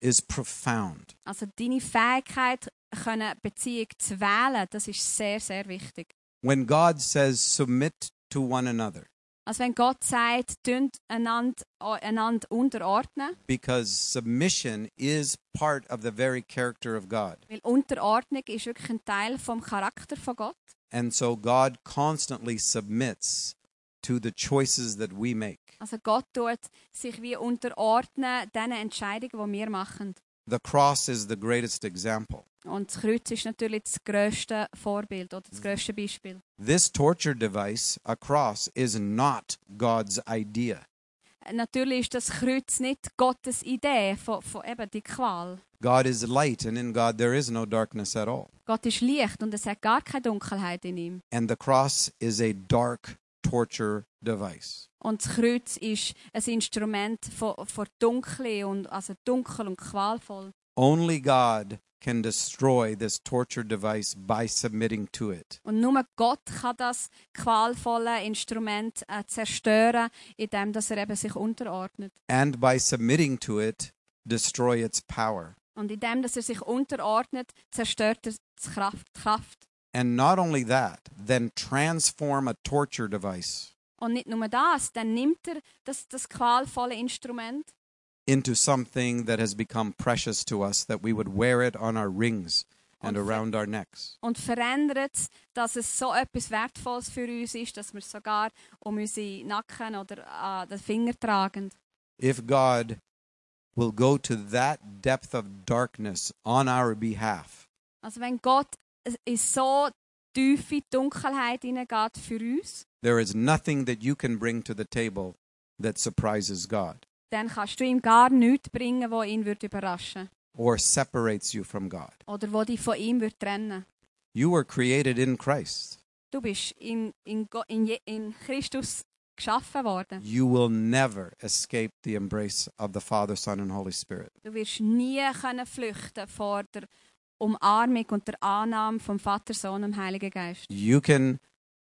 E: is profound.
F: Also deine Fähigkeit, können Beziehung zu wählen, das ist sehr, sehr wichtig.
E: When God says submit to one another,
F: Also wenn Gott sagt, tünd einander, einander unterordnen,
E: because submission is part of the very character of God.
F: weil Unterordnung ist wirklich ein Teil vom Charakter von Gott.
E: And so God constantly submits to the choices that we make.
F: Also Gott tut sich wie unterordnen den Entscheidungen, die wir machen.
E: The cross is the greatest example.
F: Und das Kreuz ist natürlich das grösste Vorbild oder das grösste Beispiel.
E: This torture device, a cross, is not God's idea.
F: Äh, Natürlich ist das Kreuz nicht Gottes Idee von, von eben die Qual.
E: God is light, and in God there is no darkness at all.
F: Gott ist Licht und es hat gar keine Dunkelheit in ihm.
E: And the cross is a dark torture device.
F: Und das Kreuz ist ein Instrument von, von Dunkle und also dunkel und qualvoll.
E: Only God can destroy this torture device by submitting to it.
F: Und nur Gott kann das qualvolle Instrument äh, zerstören, indem dass er eben sich unterordnet.
E: And by submitting to it, destroy its power.
F: Und indem dass er sich unterordnet, zerstört er die Kraft. die Kraft.
E: And not only that, then transform a torture device
F: Und nicht nur das, dann nimmt er das, das qualvolle Instrument
E: into something that has become precious to us, that we would wear it on our rings and around our necks.
F: und verändert es, dass es so etwas Wertvolles für uns ist, dass wir es sogar um unsere Nacken oder an den Finger tragen.
E: If God will go to that depth of darkness on our behalf,
F: Also wenn Gott in so tiefe Dunkelheit hineingeht für uns,
E: there is nothing that you can bring to the table that surprises God
F: dann kannst du ihm gar nichts bringen, wo ihn wird überraschen
E: or separates you from God.
F: oder wo dich von ihm wird trennen.
E: You were created in Christ.
F: Du bist in, in, Go- in, Je- in Christus geschaffen worden.
E: You will never escape the embrace of the Father, Son, and Holy Spirit.
F: Du wirst nie können flüchten vor der Umarmung und der Annahme vom Vater, Sohn und Heiligen Geist.
E: You can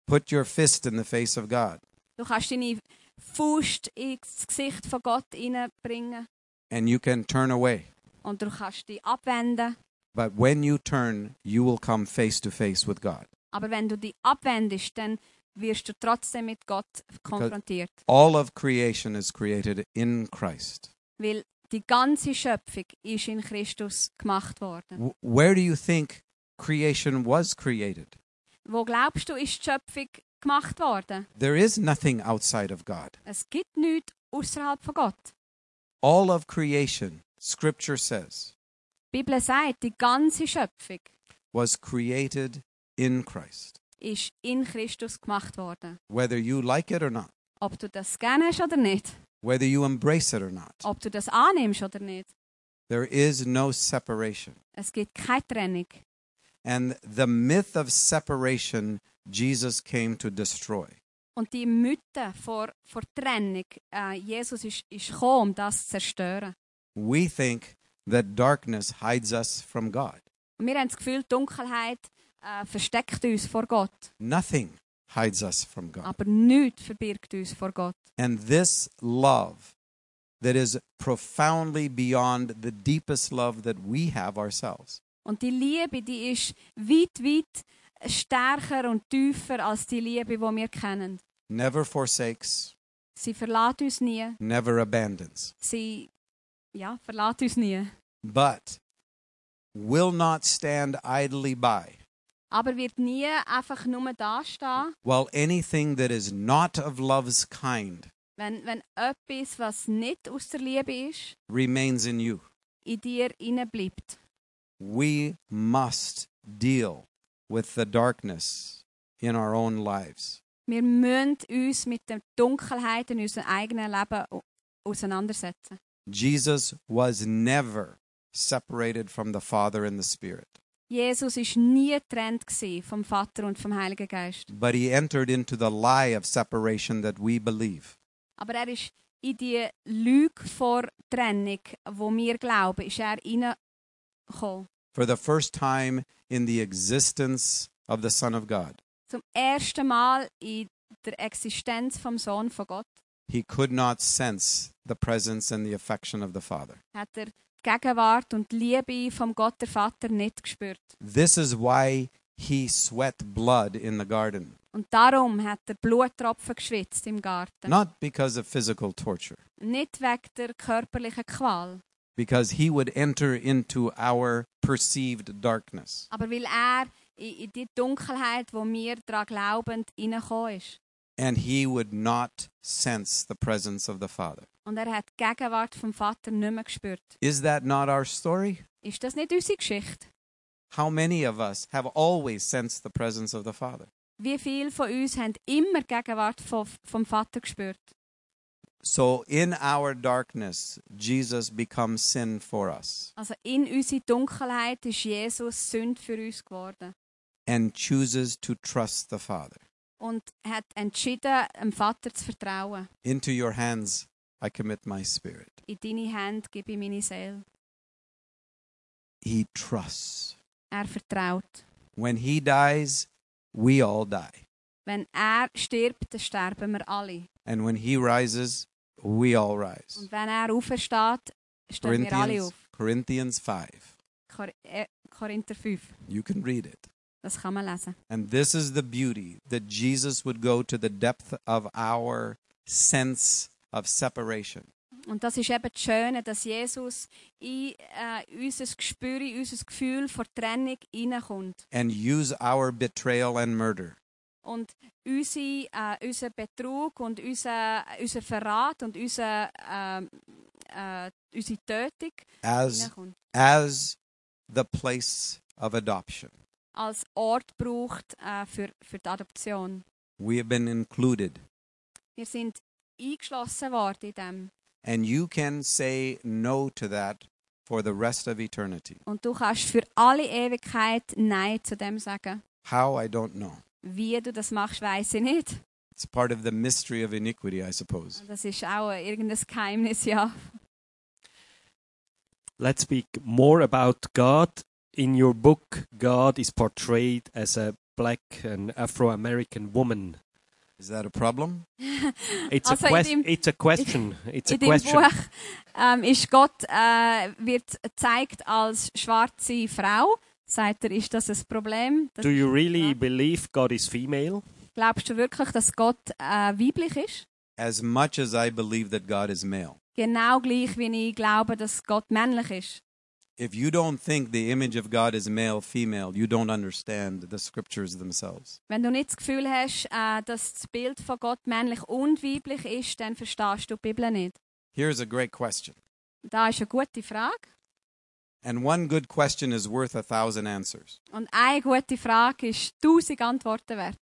E: put your fist in the face of God
F: Du kannst deine Faust ins Gesicht von Gott hineinbringen
E: and you can turn away.
F: und du kannst dich abwenden.
E: But when you turn, you will come face to face with God.
F: Aber wenn du dich abwendest, dann wirst du trotzdem mit Gott konfrontiert.
E: All of creation is created in Christ.
F: Weil die ganze Schöpfung ist in Christus gemacht worden.
E: W- where do you think creation was created?
F: Wo glaubst du, ist die Schöpfung gemacht worden?
E: There is nothing outside of God.
F: Es gibt nichts außerhalb von Gott.
E: All of creation, Scripture says,
F: Die Bibel sagt, die ganze Schöpfung
E: was created in Christ,
F: ist in Christus gemacht worden.
E: whether you like it or not,
F: Ob du das gerne hast oder nicht,
E: whether you embrace it or not.
F: ob du das annimmst oder nicht,
E: There is no separation.
F: es gibt keine Trennung.
E: And the myth of separation Jesus came to destroy.
F: Und die Mythe vor, vor Trennung, äh, Jesus ist, ist gekommen, um das zu zerstören.
E: We think that darkness hides us from God.
F: Und wir haben das Gefühl, die Dunkelheit äh, versteckt uns vor Gott,
E: Nothing hides us from God.
F: aber nichts verbirgt uns vor Gott.
E: And this love that is profoundly beyond the deepest love that we have ourselves
F: Und die Liebe, die ist weit, weit stärker und tiefer als die Liebe, die wir kennen.
E: never forsakes,
F: Sie verlässt uns nie.
E: never abandons,
F: Sie, ja, verlässt uns nie.
E: but will not stand idly by
F: Aber wird nie einfach nur dastehen,
E: while anything that is not of love's kind
F: Wenn, wenn etwas, was nicht aus der Liebe ist,
E: remains in you.
F: in dir bleibt.
E: We must deal with the darkness in our own lives.
F: Wir müssen uns mit der Dunkelheit in unserem eigenen Leben au- auseinandersetzen.
E: Jesus was never separated from the Father and the Spirit,
F: Jesus ist nie getrennt gewesen vom Vater und vom Heiligen Geist.
E: but he entered into the lie of separation that we believe.
F: Aber er ist in die Lüge vor Trennung, wo wir glauben, ist er reingekommen.
E: For the first time in the existence of the Son of God,
F: Zum ersten Mal in der Existenz vom Sohn von Gott
E: he could not sense the presence and the affection of the Father.
F: hat er die Gegenwart und die Liebe vom Gott der Vater nicht gespürt.
E: This is why he sweat blood in the garden,
F: Und darum hat er Bluttropfen geschwitzt im Garten.
E: not because of physical torture,
F: Nicht wegen der körperlichen Qual,
E: because he would enter into our perceived darkness.
F: aber weil er in, in die Dunkelheit, wo wir daran glauben, hineingekommen ist.
E: and he would not sense the presence of the Father.
F: Und er hat die Gegenwart vom Vater nicht mehr gespürt.
E: Is that not our story?
F: Ist das nicht unsere Geschichte?
E: How many of us have always sensed the presence of the Father?
F: Wie viele von uns haben immer die Gegenwart vom, vom Vater gespürt?
E: So in our darkness, Jesus becomes sin for us
F: Also in unsere Dunkelheit ist Jesus Sünd für uns geworden
E: and chooses to trust the Father.
F: und hat entschieden, dem Vater zu vertrauen.
E: Into your hands I commit my spirit.
F: In deine Hände gebe ich meine Seele.
E: He trusts.
F: Er vertraut.
E: When he dies, we all die.
F: Wenn er stirbt, dann sterben wir alle.
E: And when he rises, we all rise.
F: Und wenn er aufersteht, stehen wir alle auf.
E: Corinthians, Corinthians 5.
F: Kor äh, Korinther 5.
E: You can read it.
F: Das kann man lesen.
E: And this is the beauty that Jesus would go to the depth of our sense of separation.
F: Und das ist eben das Schöne, dass Jesus in äh, unser Gespür, in unser Gefühl vor Trennung hineinkommt.
E: And use our betrayal and murder
F: Und unsere, äh, unser Betrug und unser, unser Verrat und unser, ähm, äh, unsere Tötung
E: as,
F: hineinkommt.
E: as the place of adoption.
F: Als Ort braucht äh, für, für die Adoption.
E: We have been included.
F: Wir sind eingeschlossen worden in dem.
E: And you can say no to that for the rest of eternity.
F: Und du kannst für alle Ewigkeit Nein zu dem sagen.
E: How, I don't know.
F: Wie du das machst, weiß ich nicht.
E: It's part of the mystery of iniquity, I suppose.
F: Das ist auch äh, irgendein Geheimnis, ja.
C: Let's speak more about God. In your book, God is portrayed as a black and Afro American woman.
E: Is that a problem?
C: It's,
F: Also
C: a,
F: in
C: quest-
F: dem-
C: it's a question. It's a
F: In deinem
C: question.
F: Buch ähm, ist Gott äh, wird gezeigt als schwarze Frau. Sagt er, ist das ein Problem? Das,
C: Do you really believe God is female?
F: glaubst du wirklich, dass Gott äh, weiblich ist?
E: As much as I believe that God is male.
F: Genau gleich, wie ich glaube, dass Gott männlich ist.
E: If you don't think the image of God is male, female, you don't understand the scriptures themselves.
F: Wenn du nicht das Gefühl hast, äh, dass das Bild von Gott männlich und weiblich ist, dann verstehst du die Bibel nicht.
E: Here's a great question.
F: Da ist eine gute Frage.
E: And one good question is worth a thousand answers.
F: Und eine gute Frage ist tausend Antworten wert.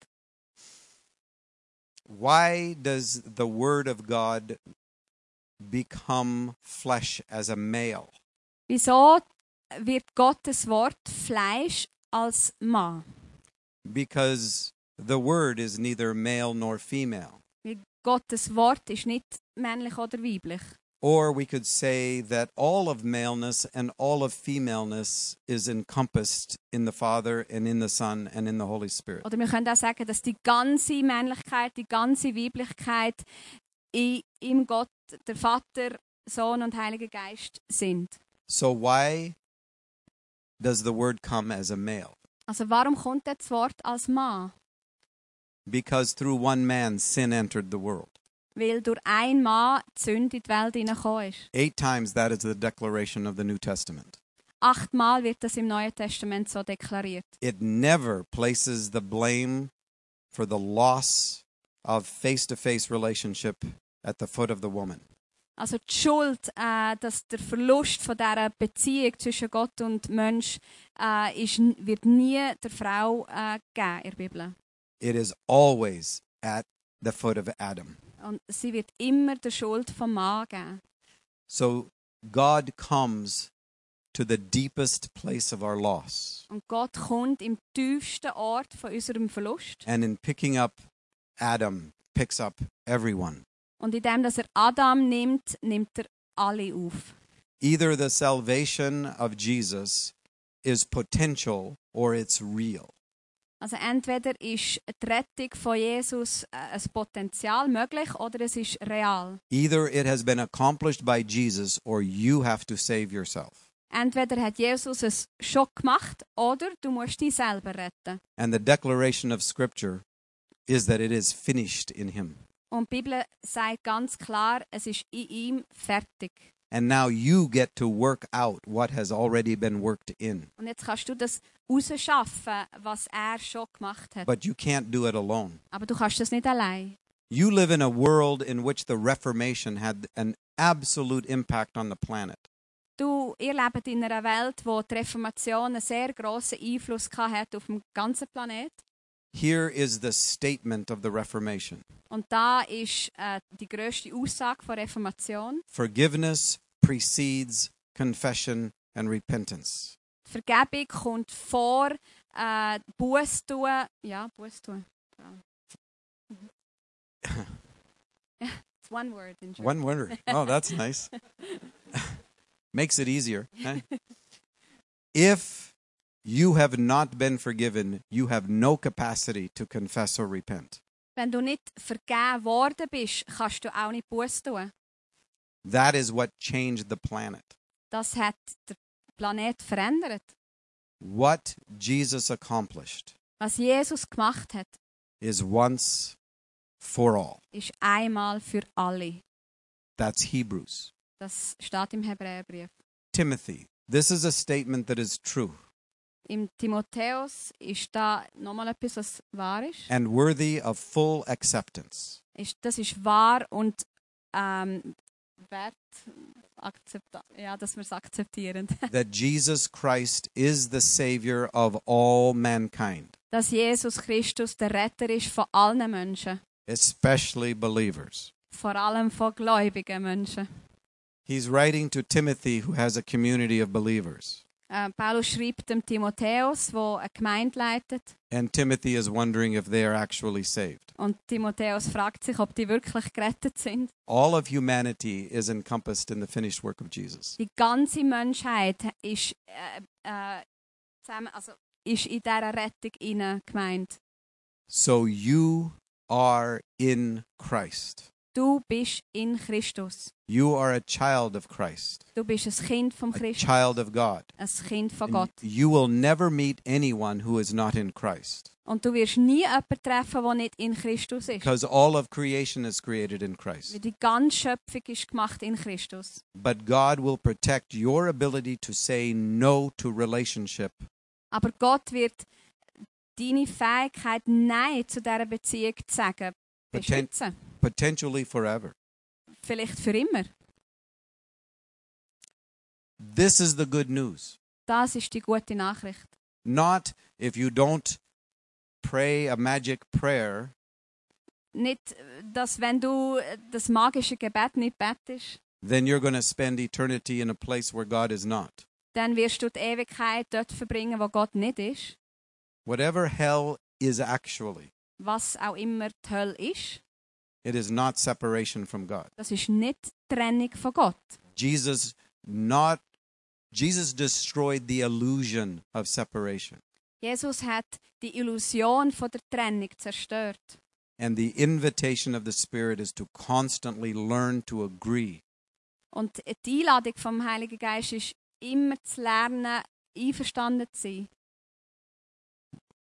E: Why does the Word of God become flesh as a male?
F: Wieso wird Gottes Wort Fleisch als Mann?
E: Because the Word is neither male nor female.
F: Weil Gottes Wort ist nicht männlich oder weiblich.
E: Or we could say that all of maleness and all of femaleness is encompassed in the Father and in the Son and in the Holy Spirit.
F: Oder wir können auch sagen, dass die ganze Männlichkeit, die ganze Weiblichkeit in, im Gott, der Vater, Sohn und Heiliger Geist sind.
E: So why does the word come as a male?
F: Also warum kommt denn das Wort als Mann?
E: Because through one man sin entered the world.
F: Weil durch einen Mann die Sünde in die Welt hineingekommen ist.
E: Eight times that is the declaration of the New Testament.
F: Achtmal wird das im Neuen Testament so deklariert.
E: It never places the blame for the loss of face to face relationship at the foot of the woman.
F: Also die Schuld, äh, dass der Verlust von dieser Beziehung zwischen Gott und Mensch äh, ist, n- wird nie der Frau äh, gegeben in der Bibel.
E: It is always at the foot of Adam.
F: Und sie wird immer der Schuld vom Mann geben.
E: So God comes to the deepest place of our loss.
F: Und Gott kommt im tiefsten Ort von unserem Verlust.
E: And in picking up Adam, picks up everyone.
F: Und indem dass er Adam nimmt, nimmt er alle auf.
E: Either the salvation of Jesus is potential or it's real.
F: Also entweder ist die Rettung von Jesus äh, ein Potenzial möglich oder es ist real.
E: Either it has been accomplished by Jesus or you have to save yourself.
F: Entweder hat Jesus es schon gemacht oder du musst dich selber retten.
E: And the declaration of Scripture is that it is finished in Him.
F: Und die Bibel sagt ganz klar, es ist in ihm fertig.
E: And now you get to work out what has already been worked in.
F: Und jetzt kannst du das rausschaffen, was er schon gemacht hat.
E: But you can't do it alone.
F: Aber du kannst das nicht allein.
E: You live in a world in which the Reformation had an absolute impact on the planet.
F: Du, ihr lebt in einer Welt, wo die Reformation einen sehr grossen Einfluss gehabt hat auf den ganzen Planet.
E: Here is the statement of the Reformation
F: Und da ist äh, die grösste Aussage von Reformation.
E: Forgiveness precedes confession and repentance.
F: Die Vergebung kommt vor äh, Buß tun. Ja, Buß tun. Ja. Mhm. It's one word in German.
E: One word. Oh, that's nice. Makes it easier. eh? if you have not been forgiven, you have no capacity to confess or repent.
F: Wenn du nicht vergeben worden bist, kannst du auch nicht Buß tun.
E: That is what changed the planet.
F: Das hat den Planet verändert,
E: What Jesus accomplished
F: was Jesus gemacht hat.
E: is once for all.
F: ist einmal für alle.
E: That's Hebrews.
F: Das steht im Hebräerbrief.
E: Timothy, this is a statement that is true
F: Im Timotheus ist da nochmal etwas, was wahr ist.
E: and worthy of full acceptance.
F: ist das ist wahr und ähm, wert, akzept, ja, dass wir es akzeptieren.
E: that Jesus Christ is the Savior of all mankind,
F: dass Jesus Christus der Retter ist von allen Menschen,
E: especially believers.
F: vor allem von gläubigen Menschen.
E: He's writing to Timothy, who has a community of believers.
F: Äh, Paulus schreibt dem Timotheus, wo eine Gemeinde leitet,
E: And Timothy is wondering if they are actually saved.
F: und Timotheus fragt sich, ob die wirklich gerettet sind.
E: All of humanity is encompassed in the finished work of Jesus.
F: Die ganze Menschheit ist, äh, äh, zusammen, also ist in dieser Rettung hinein gemeint.
E: So you are in Christ.
F: Du bist in Christus.
E: You are a child of Christ,
F: Du bist ein Kind vom
E: a
F: Christus,
E: child of God.
F: ein Kind von
E: And
F: Gott.
E: you will never meet anyone who is not in Christ
F: Und du wirst nie jemanden treffen, der nicht in Christus ist.
E: because all of creation is created in Christ.
F: Weil die ganze Schöpfung ist gemacht in Christus.
E: But God will protect your ability to say no to relationship
F: Aber Gott wird deine Fähigkeit, Nein zu dieser Beziehung zu sagen,
E: poten-
F: beschützen.
E: potentially forever.
F: Vielleicht für immer.
E: This is the good news.
F: Das ist die gute Nachricht.
E: Not if you don't pray a magic prayer,
F: Nicht, äh, dass wenn du äh, das magische Gebet nicht betest,
E: then you're going to spend eternity in a place where God is not.
F: dann wirst du die Ewigkeit dort verbringen, wo Gott nicht ist.
E: Whatever hell is actually,
F: Was auch immer die Hölle ist,
E: it is not separation from God.
F: das ist nicht die Trennung von Gott.
E: Jesus not Jesus destroyed the illusion of separation
F: Jesus hat die Illusion von der Trennung zerstört.
E: and the invitation of the spirit is to constantly learn to agree
F: Und die Einladung vom Heiligen Geist ist, immer zu lernen, einverstanden zu sein.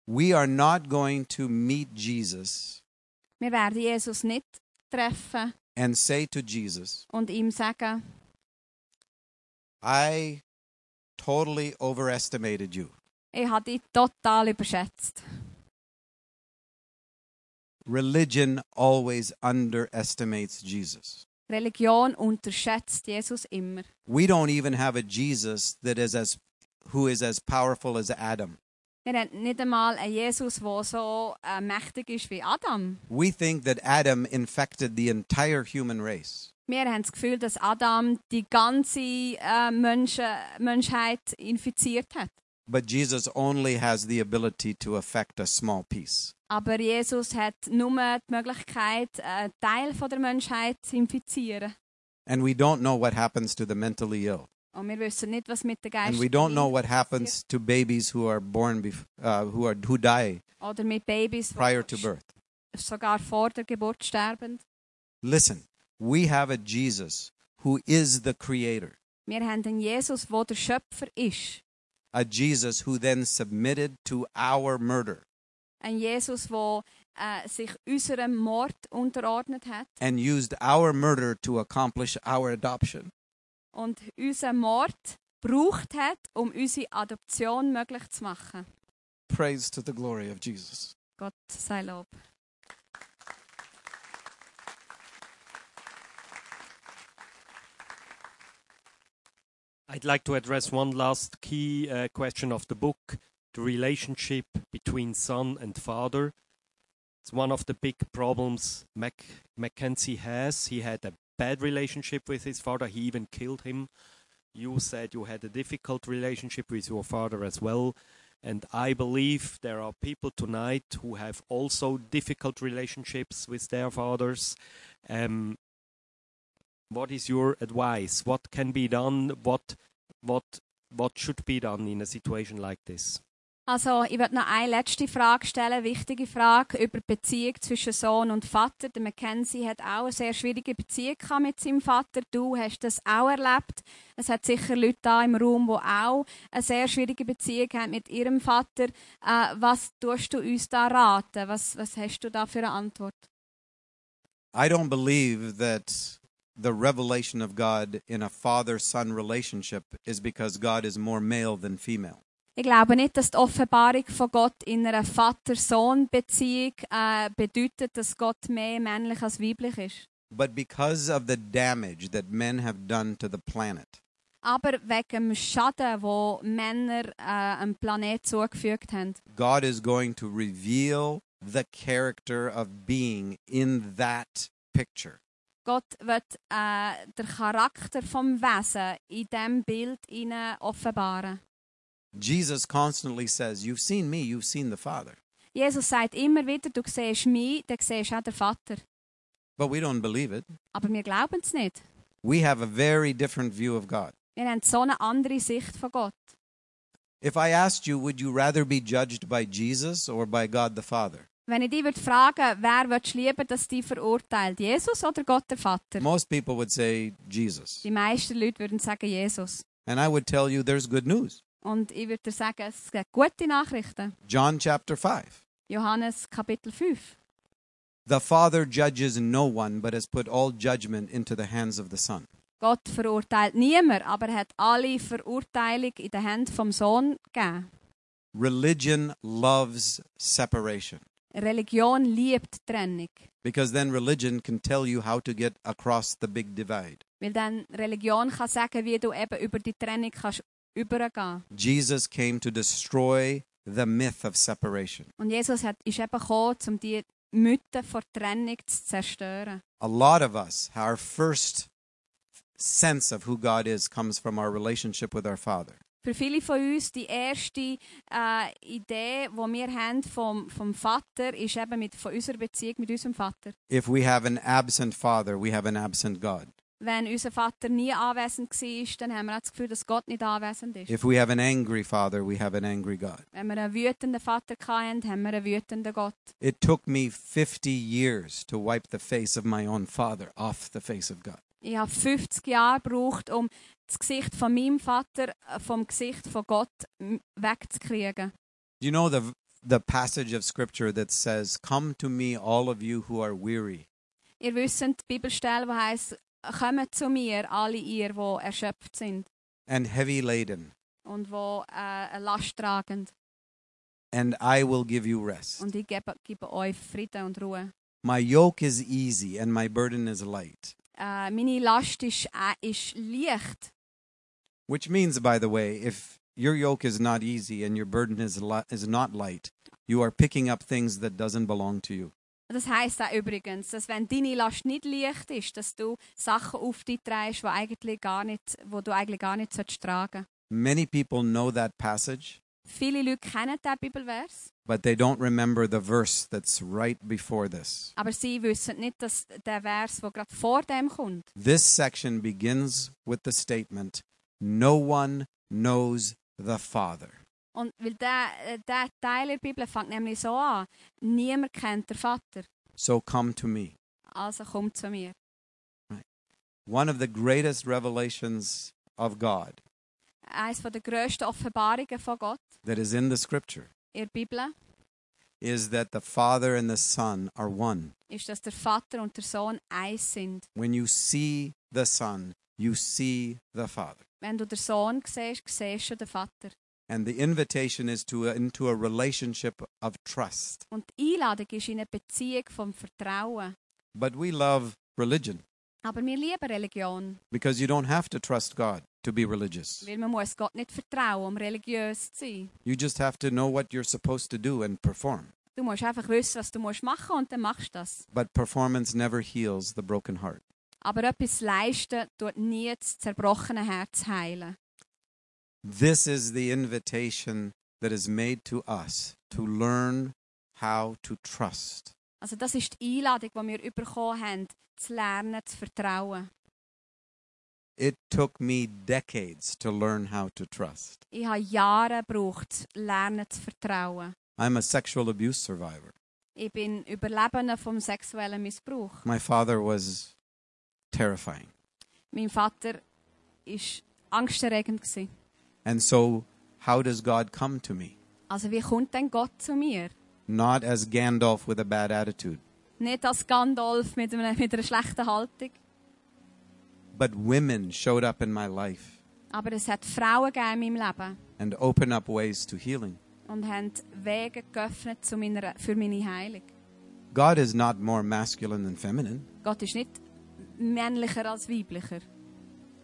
E: we are not going to meet Jesus
F: Wir werden Jesus nicht treffen
E: and say to Jesus,
F: und ihm sagen,
E: I totally overestimated you.
F: ich habe dich total überschätzt.
E: religion always underestimates Jesus.
F: Religion unterschätzt Jesus immer.
E: We don't even have a Jesus that is as who is as powerful as Adam.
F: Wir haben nicht einmal einen Jesus, der so äh, mächtig ist wie Adam.
E: We think that Adam infected the entire human race.
F: Wir haben das Gefühl, dass Adam die ganze äh, Menschen, Menschheit infiziert hat.
E: But Jesus only has the ability to affect a small piece.
F: Aber Jesus hat nur die Möglichkeit, einen Teil von der Menschheit zu infizieren.
E: And we don't know what happens to the mentally ill.
F: Und wir wissen nicht, was mit den
E: And
F: Geistern
E: we don't know what happens to babies who are born bef- uh, who are who die
F: oder mit Babys, die
E: prior to birth.
F: sogar vor der Geburt sterben.
E: Listen, we have a Jesus who is the creator,
F: Wir haben einen Jesus, der der Schöpfer ist.
E: a Jesus who then submitted to our murder.
F: Ein Jesus, der äh, sich unserem Mord unterordnet hat
E: and used our murder to accomplish our adoption.
F: und unseren Mord gebraucht hat, um unsere Adoption möglich zu machen.
E: Praise to the glory of Jesus.
F: Gott sei Lob.
C: I'd like to address one last key uh, question of the book the relationship between son and father. It's one of the big problems Mac- Mackenzie has. He had a bad relationship with his father, he even killed him. You said you had a difficult relationship with your father as well. And I believe there are people tonight who have also difficult relationships with their fathers. Um, what is your advice? What can be done? What what what should be done in a situation like this?
F: Also, ich würde noch eine letzte Frage stellen, wichtige Frage über die Beziehung zwischen Sohn und Vater. Der Mackenzie hat auch eine sehr schwierige Beziehung gehabt mit seinem Vater. Du hast das auch erlebt. Es hat sicher Leute da im Raum, die auch eine sehr schwierige Beziehung haben mit ihrem Vater. Äh, was tust du uns da raten? Was, was hast du da für eine Antwort?
E: I don't believe that the revelation of God in a father son relationship is because God is more male than female.
F: Ich glaube nicht, dass die Offenbarung von Gott in einer Vater-Sohn-Beziehung äh, bedeutet, dass Gott mehr männlich als weiblich ist.
E: But because of the damage that men have done to the planet,
F: Aber wegen dem Schaden, wo Männer äh, dem Planet zugefügt haben.
E: God is going to reveal the character of being in that picture.
F: Gott wird äh, den Charakter vom Wesen in dem Bild ihnen offenbaren.
E: Jesus constantly says, You've seen me, you've seen the Father.
F: Jesus sagt immer wieder, du siehst mich, dann siehst auch den Vater.
E: But we don't believe it.
F: Aber wir glauben es nicht.
E: we have a very different view of God.
F: Wir haben so eine andere Sicht von Gott.
E: If I asked you, would you rather be judged by Jesus or by God the Father?
F: Wenn ich dich würd fragen wer würdest du lieber, dass die verurteilt? Jesus oder Gott der Vater?
E: Most people would say Jesus.
F: Die meisten Leute würden sagen Jesus.
E: And I would tell you there's good news.
F: Und ich würde dir sagen, es gibt gute Nachrichten.
E: John chapter 5.
F: Johannes Kapitel 5.
E: The Father judges no one, but has put all judgment into the hands of the Son.
F: Gott verurteilt niemand, aber er hat alle Verurteilung in den Händen vom Sohn gegeben.
E: Religion loves separation
F: Religion liebt Trennung,
E: because then religion can tell you how to get across the big divide.
F: weil dann Religion kann sagen, wie du eben über die Trennung kannst übergehen.
E: Jesus came to destroy the myth of separation.
F: Und Jesus hat, ist eben gekommen, um die Mythen vor Trennung zu zerstören.
E: a lot of us, our first sense of who God is comes from our relationship with our Father.
F: Für viele von uns die erste äh, Idee, die wir haben vom, vom Vater, ist eben mit, von unserer Beziehung mit unserem Vater.
E: If we have an absent Father, we have an absent God.
F: Wenn unser Vater nie anwesend war, dann haben wir auch das Gefühl, dass Gott nicht anwesend ist.
E: If we have an angry Father, we have an angry God.
F: Wenn wir einen wütenden Vater hatten, haben wir einen wütenden Gott.
E: It took me 50 years to wipe the face of my own Father off the face of God.
F: Ich habe 50 Jahre gebraucht, um das Gesicht von meinem Vater äh, vom Gesicht von Gott m- wegzukriegen.
E: You know the the passage of scripture that says, "Come to me all of you who are weary."
F: Ihr wisst die Bibelstelle, die heisst, «Kommt zu mir, alle ihr, die erschöpft sind
E: And heavy laden,
F: und die äh, eine Last tragen.»
E: and I will give you rest.
F: und ich gebe, gebe euch Frieden und Ruhe.
E: My yoke is easy and my burden is light.
F: Äh, meine Last ist, äh, ist leicht.
E: Which means, by the way, if your yoke is not easy and your burden is, li- is not light, you are picking up things that doesn't belong to you.
F: Das heisst auch übrigens, dass wenn deine Last nicht leicht ist, dass du Sachen auf dich trägst, die eigentlich gar nicht, wo du eigentlich gar nicht solltest tragen
E: Many people know that passage,
F: Viele Leute kennen diesen Bibelvers,
E: but they don't remember the verse that's right before this.
F: aber sie wissen nicht, dass der Vers, der gerade vor dem kommt,
E: This section begins with the statement, No one knows the Father.
F: Und weil der, äh, der Teil der Bibel fängt nämlich so an: Niemand kennt den Vater,
E: So come to me.
F: also komm zu mir.
E: One of the greatest revelations of God
F: Eines der grössten Offenbarungen von Gott
E: that is in the scripture
F: in der Bibel
E: is that the Father and the Son are one.
F: ist, dass der Vater und der Sohn eins sind.
E: When you see the Son, you see the Father.
F: Wenn du den Sohn siehst, siehst du den Vater.
E: And the invitation is to into a relationship of trust.
F: Und die Einladung ist in eine Beziehung vom Vertrauen.
E: But we love religion
F: Aber wir lieben Religion,
E: because you don't have to trust God to be religious.
F: weil man muss Gott nicht vertrauen, um religiös zu sein.
E: You just have to know what you're supposed to do and perform.
F: Du musst einfach wissen, was du musst machen und dann machst du das.
E: But performance never heals the broken heart.
F: Aber etwas leisten tut nie das zerbrochene Herz heilen.
E: This is the invitation that is made to us to learn how to trust.
F: Also das ist die Einladung, die wir bekommen haben, zu lernen, zu vertrauen.
E: It took me decades to learn how to trust.
F: Ich habe Jahre gebraucht, zu lernen zu vertrauen.
E: I'm a sexual abuse survivor.
F: Ich bin Überlebende vom sexuellen Missbrauch.
E: My father was terrifying.
F: Mein Vater war angsterregend. gewesen.
E: And so, how does God come to me?
F: Also wie kommt denn Gott zu mir?
E: Not as Gandalf with a bad attitude,
F: Nicht als Gandalf mit einer, mit einer schlechten Haltung,
E: but women showed up in my life
F: aber es hat Frauen gegeben in meinem Leben
E: and open up ways to healing.
F: und haben Wege geöffnet zu meiner, für meine Heilung.
E: God is not more masculine than feminine.
F: Gott ist nicht männlicher als weiblicher.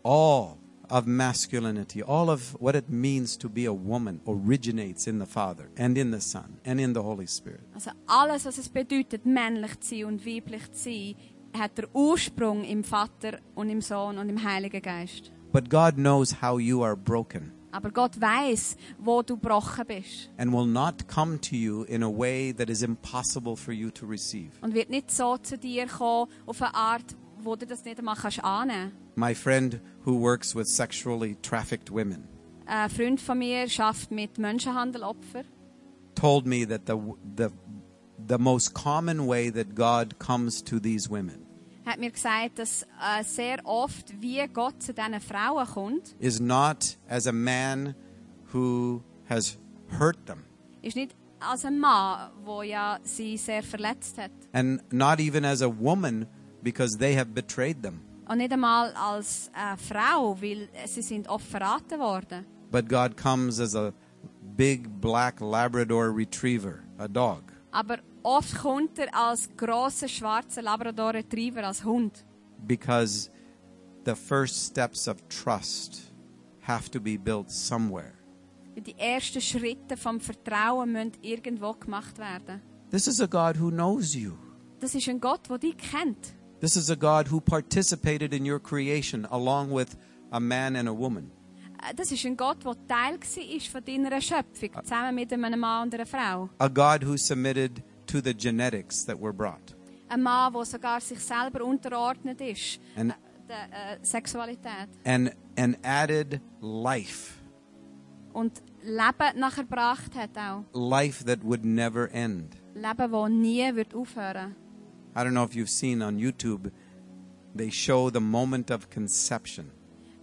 E: all of masculinity, all of what it means to be a woman originates in the Father and in the Son and in the Holy Spirit.
F: Also alles, was es bedeutet, männlich zu sein und weiblich zu sein, hat der Ursprung im Vater und im Sohn und im Heiligen Geist.
E: But God knows how you are broken
F: Aber Gott weiß, wo du gebrochen bist
E: and will not come to you in a way that is impossible for you to receive.
F: und wird nicht so zu dir kommen auf eine Art, wo du das nicht einmal kannst annehmen.
E: My friend who works with sexually trafficked women
F: Ein Freund von mir schafft mit Menschenhandelopfern
E: told me that the the the most common way that God comes to these women
F: hat mir gesagt, dass äh, sehr oft, wie Gott zu diesen Frauen kommt,
E: is not as a man who has hurt them
F: ist nicht als ein Mann, wo ja sie sehr verletzt hat.
E: and not even as a woman because they have betrayed them.
F: Und nicht einmal als äh, Frau, weil sie sind oft verraten worden.
E: But God comes as a big black Labrador retriever, a dog.
F: Aber oft kommt er als grosser schwarzer Labrador Retriever, als Hund.
E: Because the first steps of trust have to be built somewhere.
F: Weil Die ersten Schritte vom Vertrauen müssen irgendwo gemacht werden.
E: This is a God who knows you.
F: Das ist ein Gott, der dich kennt.
E: This is a God who participated in your creation along with a man and a woman.
F: Äh, Das ist ein Gott, der Teil war ist von deiner Schöpfung, zusammen mit einem Mann und einer Frau.
E: A God who submitted to the genetics that were brought.
F: Ein Mann, der sogar sich selber unterordnet ist.
E: And-
F: äh, der äh, Sexualität.
E: And an added life,
F: Und Leben nachher gebracht hat auch.
E: life that would never end.
F: Leben, das nie wird aufhören
E: I don't know if you've seen on YouTube, they show the moment of conception.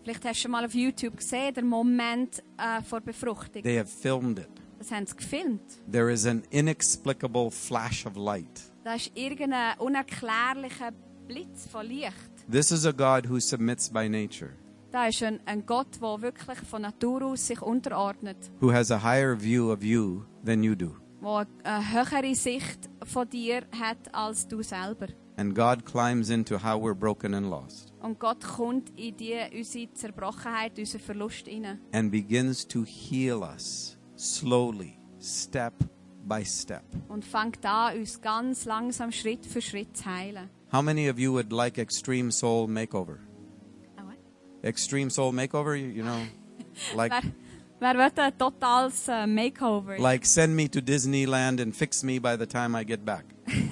F: Vielleicht hast du schon mal auf YouTube gesehen, der Moment äh, vor Befruchtung.
E: They have filmed it.
F: Das haben sie gefilmt.
E: There is an inexplicable flash of light.
F: Da ist irgendein unerklärlicher Blitz von Licht.
E: This is a God who submits by nature.
F: Da ist ein, ein Gott, der wirklich von Natur aus sich unterordnet,
E: who has a higher view of you than you do.
F: der eine höhere Sicht von dir hat als du selber.
E: And God climbs into how we're broken and lost
F: Und Gott kommt in die, unsere Zerbrochenheit, unseren Verlust hinein
E: and begins to heal us slowly, step by step.
F: und fängt an, uns ganz langsam Schritt für Schritt zu heilen.
E: How many of you would like Extreme Soul Makeover? Extreme Soul Makeover, you, you know, like
F: wer, wer will ein totales äh, Makeover?
E: like send me to Disneyland and fix me by the time I get back.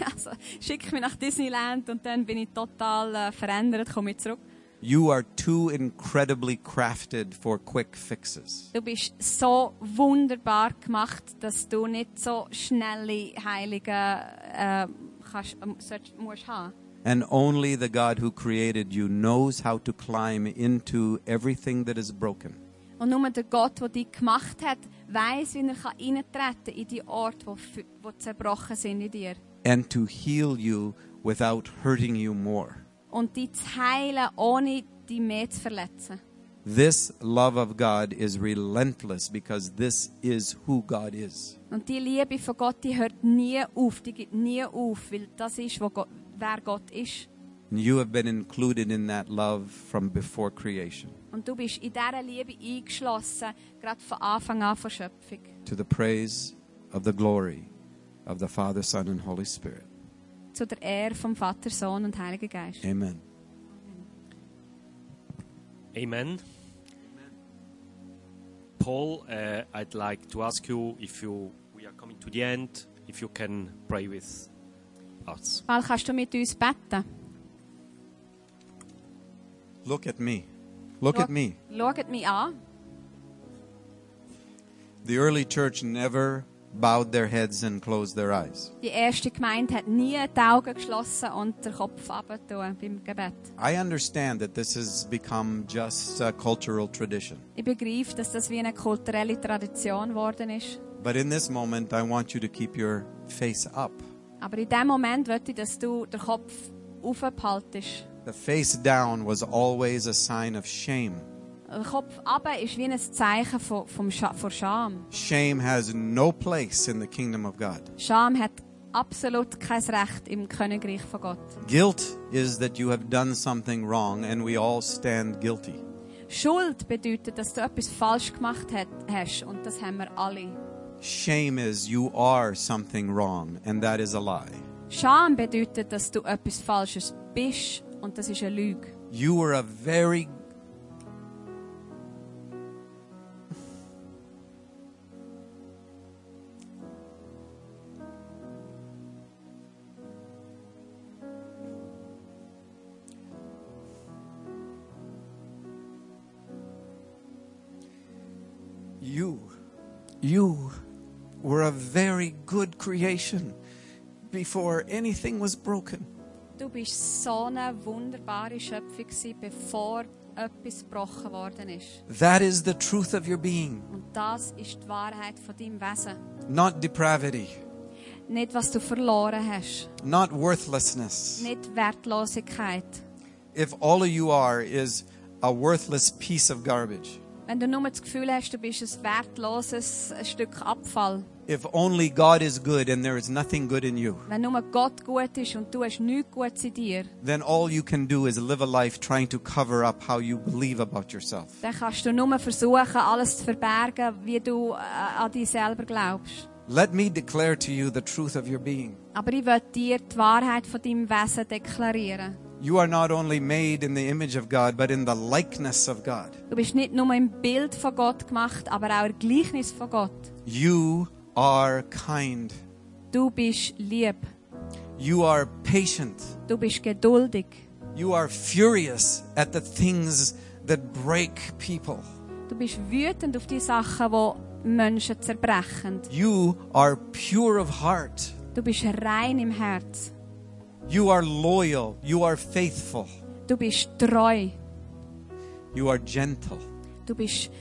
F: Also, schick mich nach Disneyland und dann bin ich total äh, verändert, komme ich zurück.
E: You are too incredibly crafted for quick fixes.
F: Du bist so wunderbar gemacht, dass du nicht so schnelle Heilige äh, kannst, ähm, sollst- musst haben.
E: And only the God who created you knows how to climb into everything that is broken.
F: Und nur der Gott, der dich gemacht hat, weiß, wie er kann reintreten kann in die Orte, wo, f- wo zerbrochen sind in dir.
E: and to heal you without hurting you more.
F: Und dich zu heilen, ohne dich mehr zu verletzen.
E: This love of God is relentless because this is who God is.
F: Und die Liebe von Gott, die hört nie auf, die gibt nie auf, weil das ist, wo Gott, wer Gott ist.
E: And you have been included in that love from before creation
F: Und du bist in dieser Liebe eingeschlossen, gerade von Anfang an von Schöpfung.
E: to the praise of the glory of the Father, Son, and Holy Spirit.
F: Zu der Ehre vom Vater, Sohn und Heiligen Geist.
E: Amen.
C: Amen. Paul, uh, I'd like to ask you if you we are coming to the end, if you can pray with us.
F: Paul, kannst du mit uns beten?
E: Look at me. Look at me.
F: Schaut mich an.
E: The early church never bowed their heads and closed their eyes.
F: Die erste Gemeinde hat nie die Augen geschlossen und den Kopf abgetan beim Gebet.
E: I understand that this has become just a cultural tradition.
F: Ich begreife, dass das wie eine kulturelle Tradition geworden ist.
E: But in this moment, I want you to keep your face up.
F: Aber in dem Moment möchte ich, dass du den Kopf aufbehaltest.
E: The face down was always a sign of shame.
F: Der Kopf runter ist wie ein Zeichen von, vom Scha von Scham.
E: Shame has no place in the kingdom of God.
F: Scham hat absolut kein Recht im Königreich von Gott.
E: Guilt is that you have done something wrong and we all stand guilty.
F: Schuld bedeutet, dass du etwas falsch gemacht hat, hast und das haben wir alle.
E: Shame is you are something wrong and that is a lie.
F: Scham bedeutet, dass du etwas Falsches bist und das ist eine Lüge.
E: You were a very You you were a very good creation before anything was broken.
F: Du bist so eine wunderbare Schöpfung gewesen, bevor etwas gebrochen worden ist.
E: That is the truth of your being.
F: Und das ist die Wahrheit von deinem Wesen.
E: not depravity,
F: Nicht, was du verloren hast.
E: not worthlessness.
F: Nicht Wertlosigkeit.
E: If all of you are is a worthless piece of garbage,
F: Wenn du nur das Gefühl hast, du bist ein wertloses Stück Abfall.
E: if only God is good and there is nothing good in you,
F: Wenn nur Gott gut ist und du hast nichts Gutes in dir,
E: then all you can do is live a life trying to cover up how you believe about yourself.
F: dann kannst du nur versuchen, alles zu verbergen, wie du äh, an dich selber glaubst.
E: Let me declare to you the truth of your being.
F: Aber ich will dir die Wahrheit von deinem Wesen deklarieren.
E: You are not only made in the image of God, but in the likeness of God.
F: Du bist nicht nur im Bild von Gott gemacht, aber auch im Gleichnis von Gott.
E: You are kind.
F: Du bist lieb,
E: You are patient.
F: du bist geduldig,
E: You are furious at the things that break people.
F: du bist wütend auf die Sachen, die Menschen zerbrechen.
E: You are pure of heart.
F: Du bist rein im Herz,
E: You are loyal. You are faithful.
F: du bist treu,
E: You are gentle.
F: du bist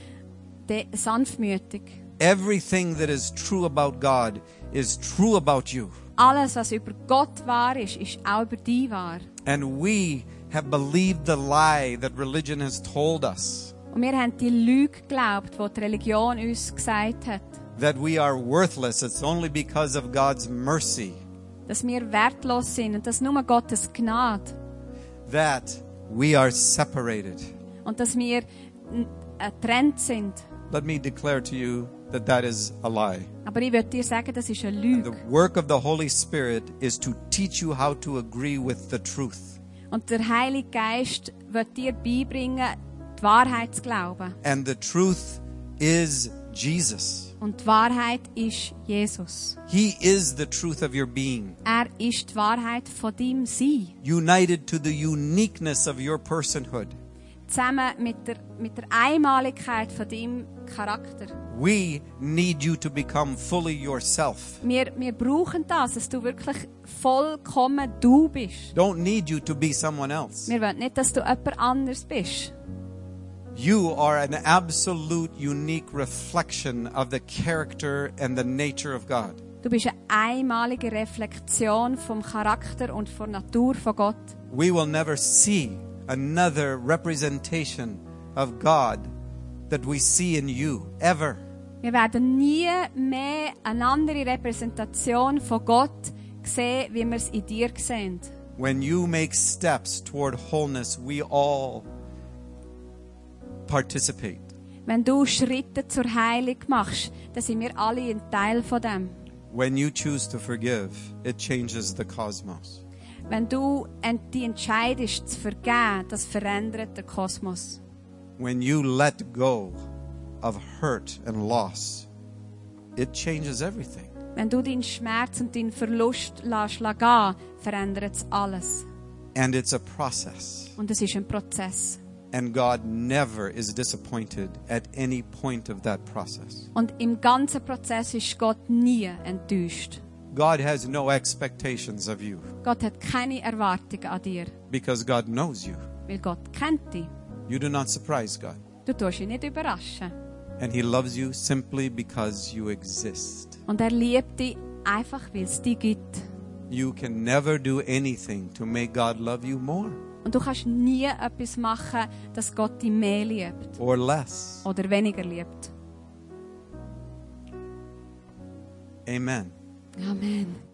F: de- sanftmütig.
E: Everything that is true about God is true about you.
F: Alles, was über Gott wahr ist, ist auch über dich wahr.
E: And we have believed the lie that religion has told us
F: Und wir haben die Lüge geglaubt, die die Religion uns gesagt hat.
E: that we are worthless. It's only because of God's mercy
F: Dass wir wertlos sind und dass nur Gottes Gnade
E: that we are separated.
F: und dass wir n- äh, getrennt sind.
E: Let me declare to you that that is a lie.
F: Aber ich würde dir sagen, das ist eine
E: The
F: Lüge.
E: work of the Holy Spirit is to teach you how to agree with the truth.
F: Und der Heilige Geist wird dir beibringen, die Wahrheit zu glauben.
E: And the truth is Jesus.
F: Und die Wahrheit ist Jesus.
E: He is the truth of your being,
F: Er ist die Wahrheit von deinem Sein.
E: united to the uniqueness of your personhood.
F: Zusammen mit der, mit der Einmaligkeit von deinem Charakter.
E: We need you to become fully yourself.
F: Wir, wir brauchen das, dass du wirklich vollkommen du bist.
E: Don't need you to be someone else.
F: Wir wollen nicht, dass du jemand anders bist.
E: You are an absolute unique reflection of the character and the nature of God.
F: Du bist eine einmalige Reflexion vom Charakter und von der Natur von Gott.
E: We will never see another representation of God that we see in you ever.
F: Wir werden nie mehr eine andere Repräsentation von Gott sehen, wie wir es in dir sehen.
E: When you make steps toward wholeness, we all participate.
F: Wenn du Schritte zur Heilung machst, dann sind wir alle ein Teil von dem.
E: When you choose to forgive, it changes the cosmos.
F: Wenn du ent- dich entscheidest zu vergeben, das verändert den Kosmos.
E: When you let go of hurt and loss, it changes everything.
F: Wenn du deinen Schmerz und deinen Verlust lässt la gehen, verändert es alles.
E: And it's a process.
F: Und es ist ein Prozess.
E: And God never is disappointed at any point of that process.
F: Und im ganzen Prozess ist Gott nie enttäuscht.
E: God has no expectations of you
F: Gott hat keine Erwartungen an dir,
E: because God knows you.
F: weil Gott kennt dich.
E: You do not surprise God.
F: Du tust ihn nicht überraschen.
E: And He loves you simply because you exist.
F: Und er liebt dich einfach, weil es dich gibt.
E: You can never do anything to make God love you more
F: Und du kannst nie etwas machen, dass Gott dich mehr liebt
E: or less.
F: oder weniger liebt.
E: Amen.
F: Amen.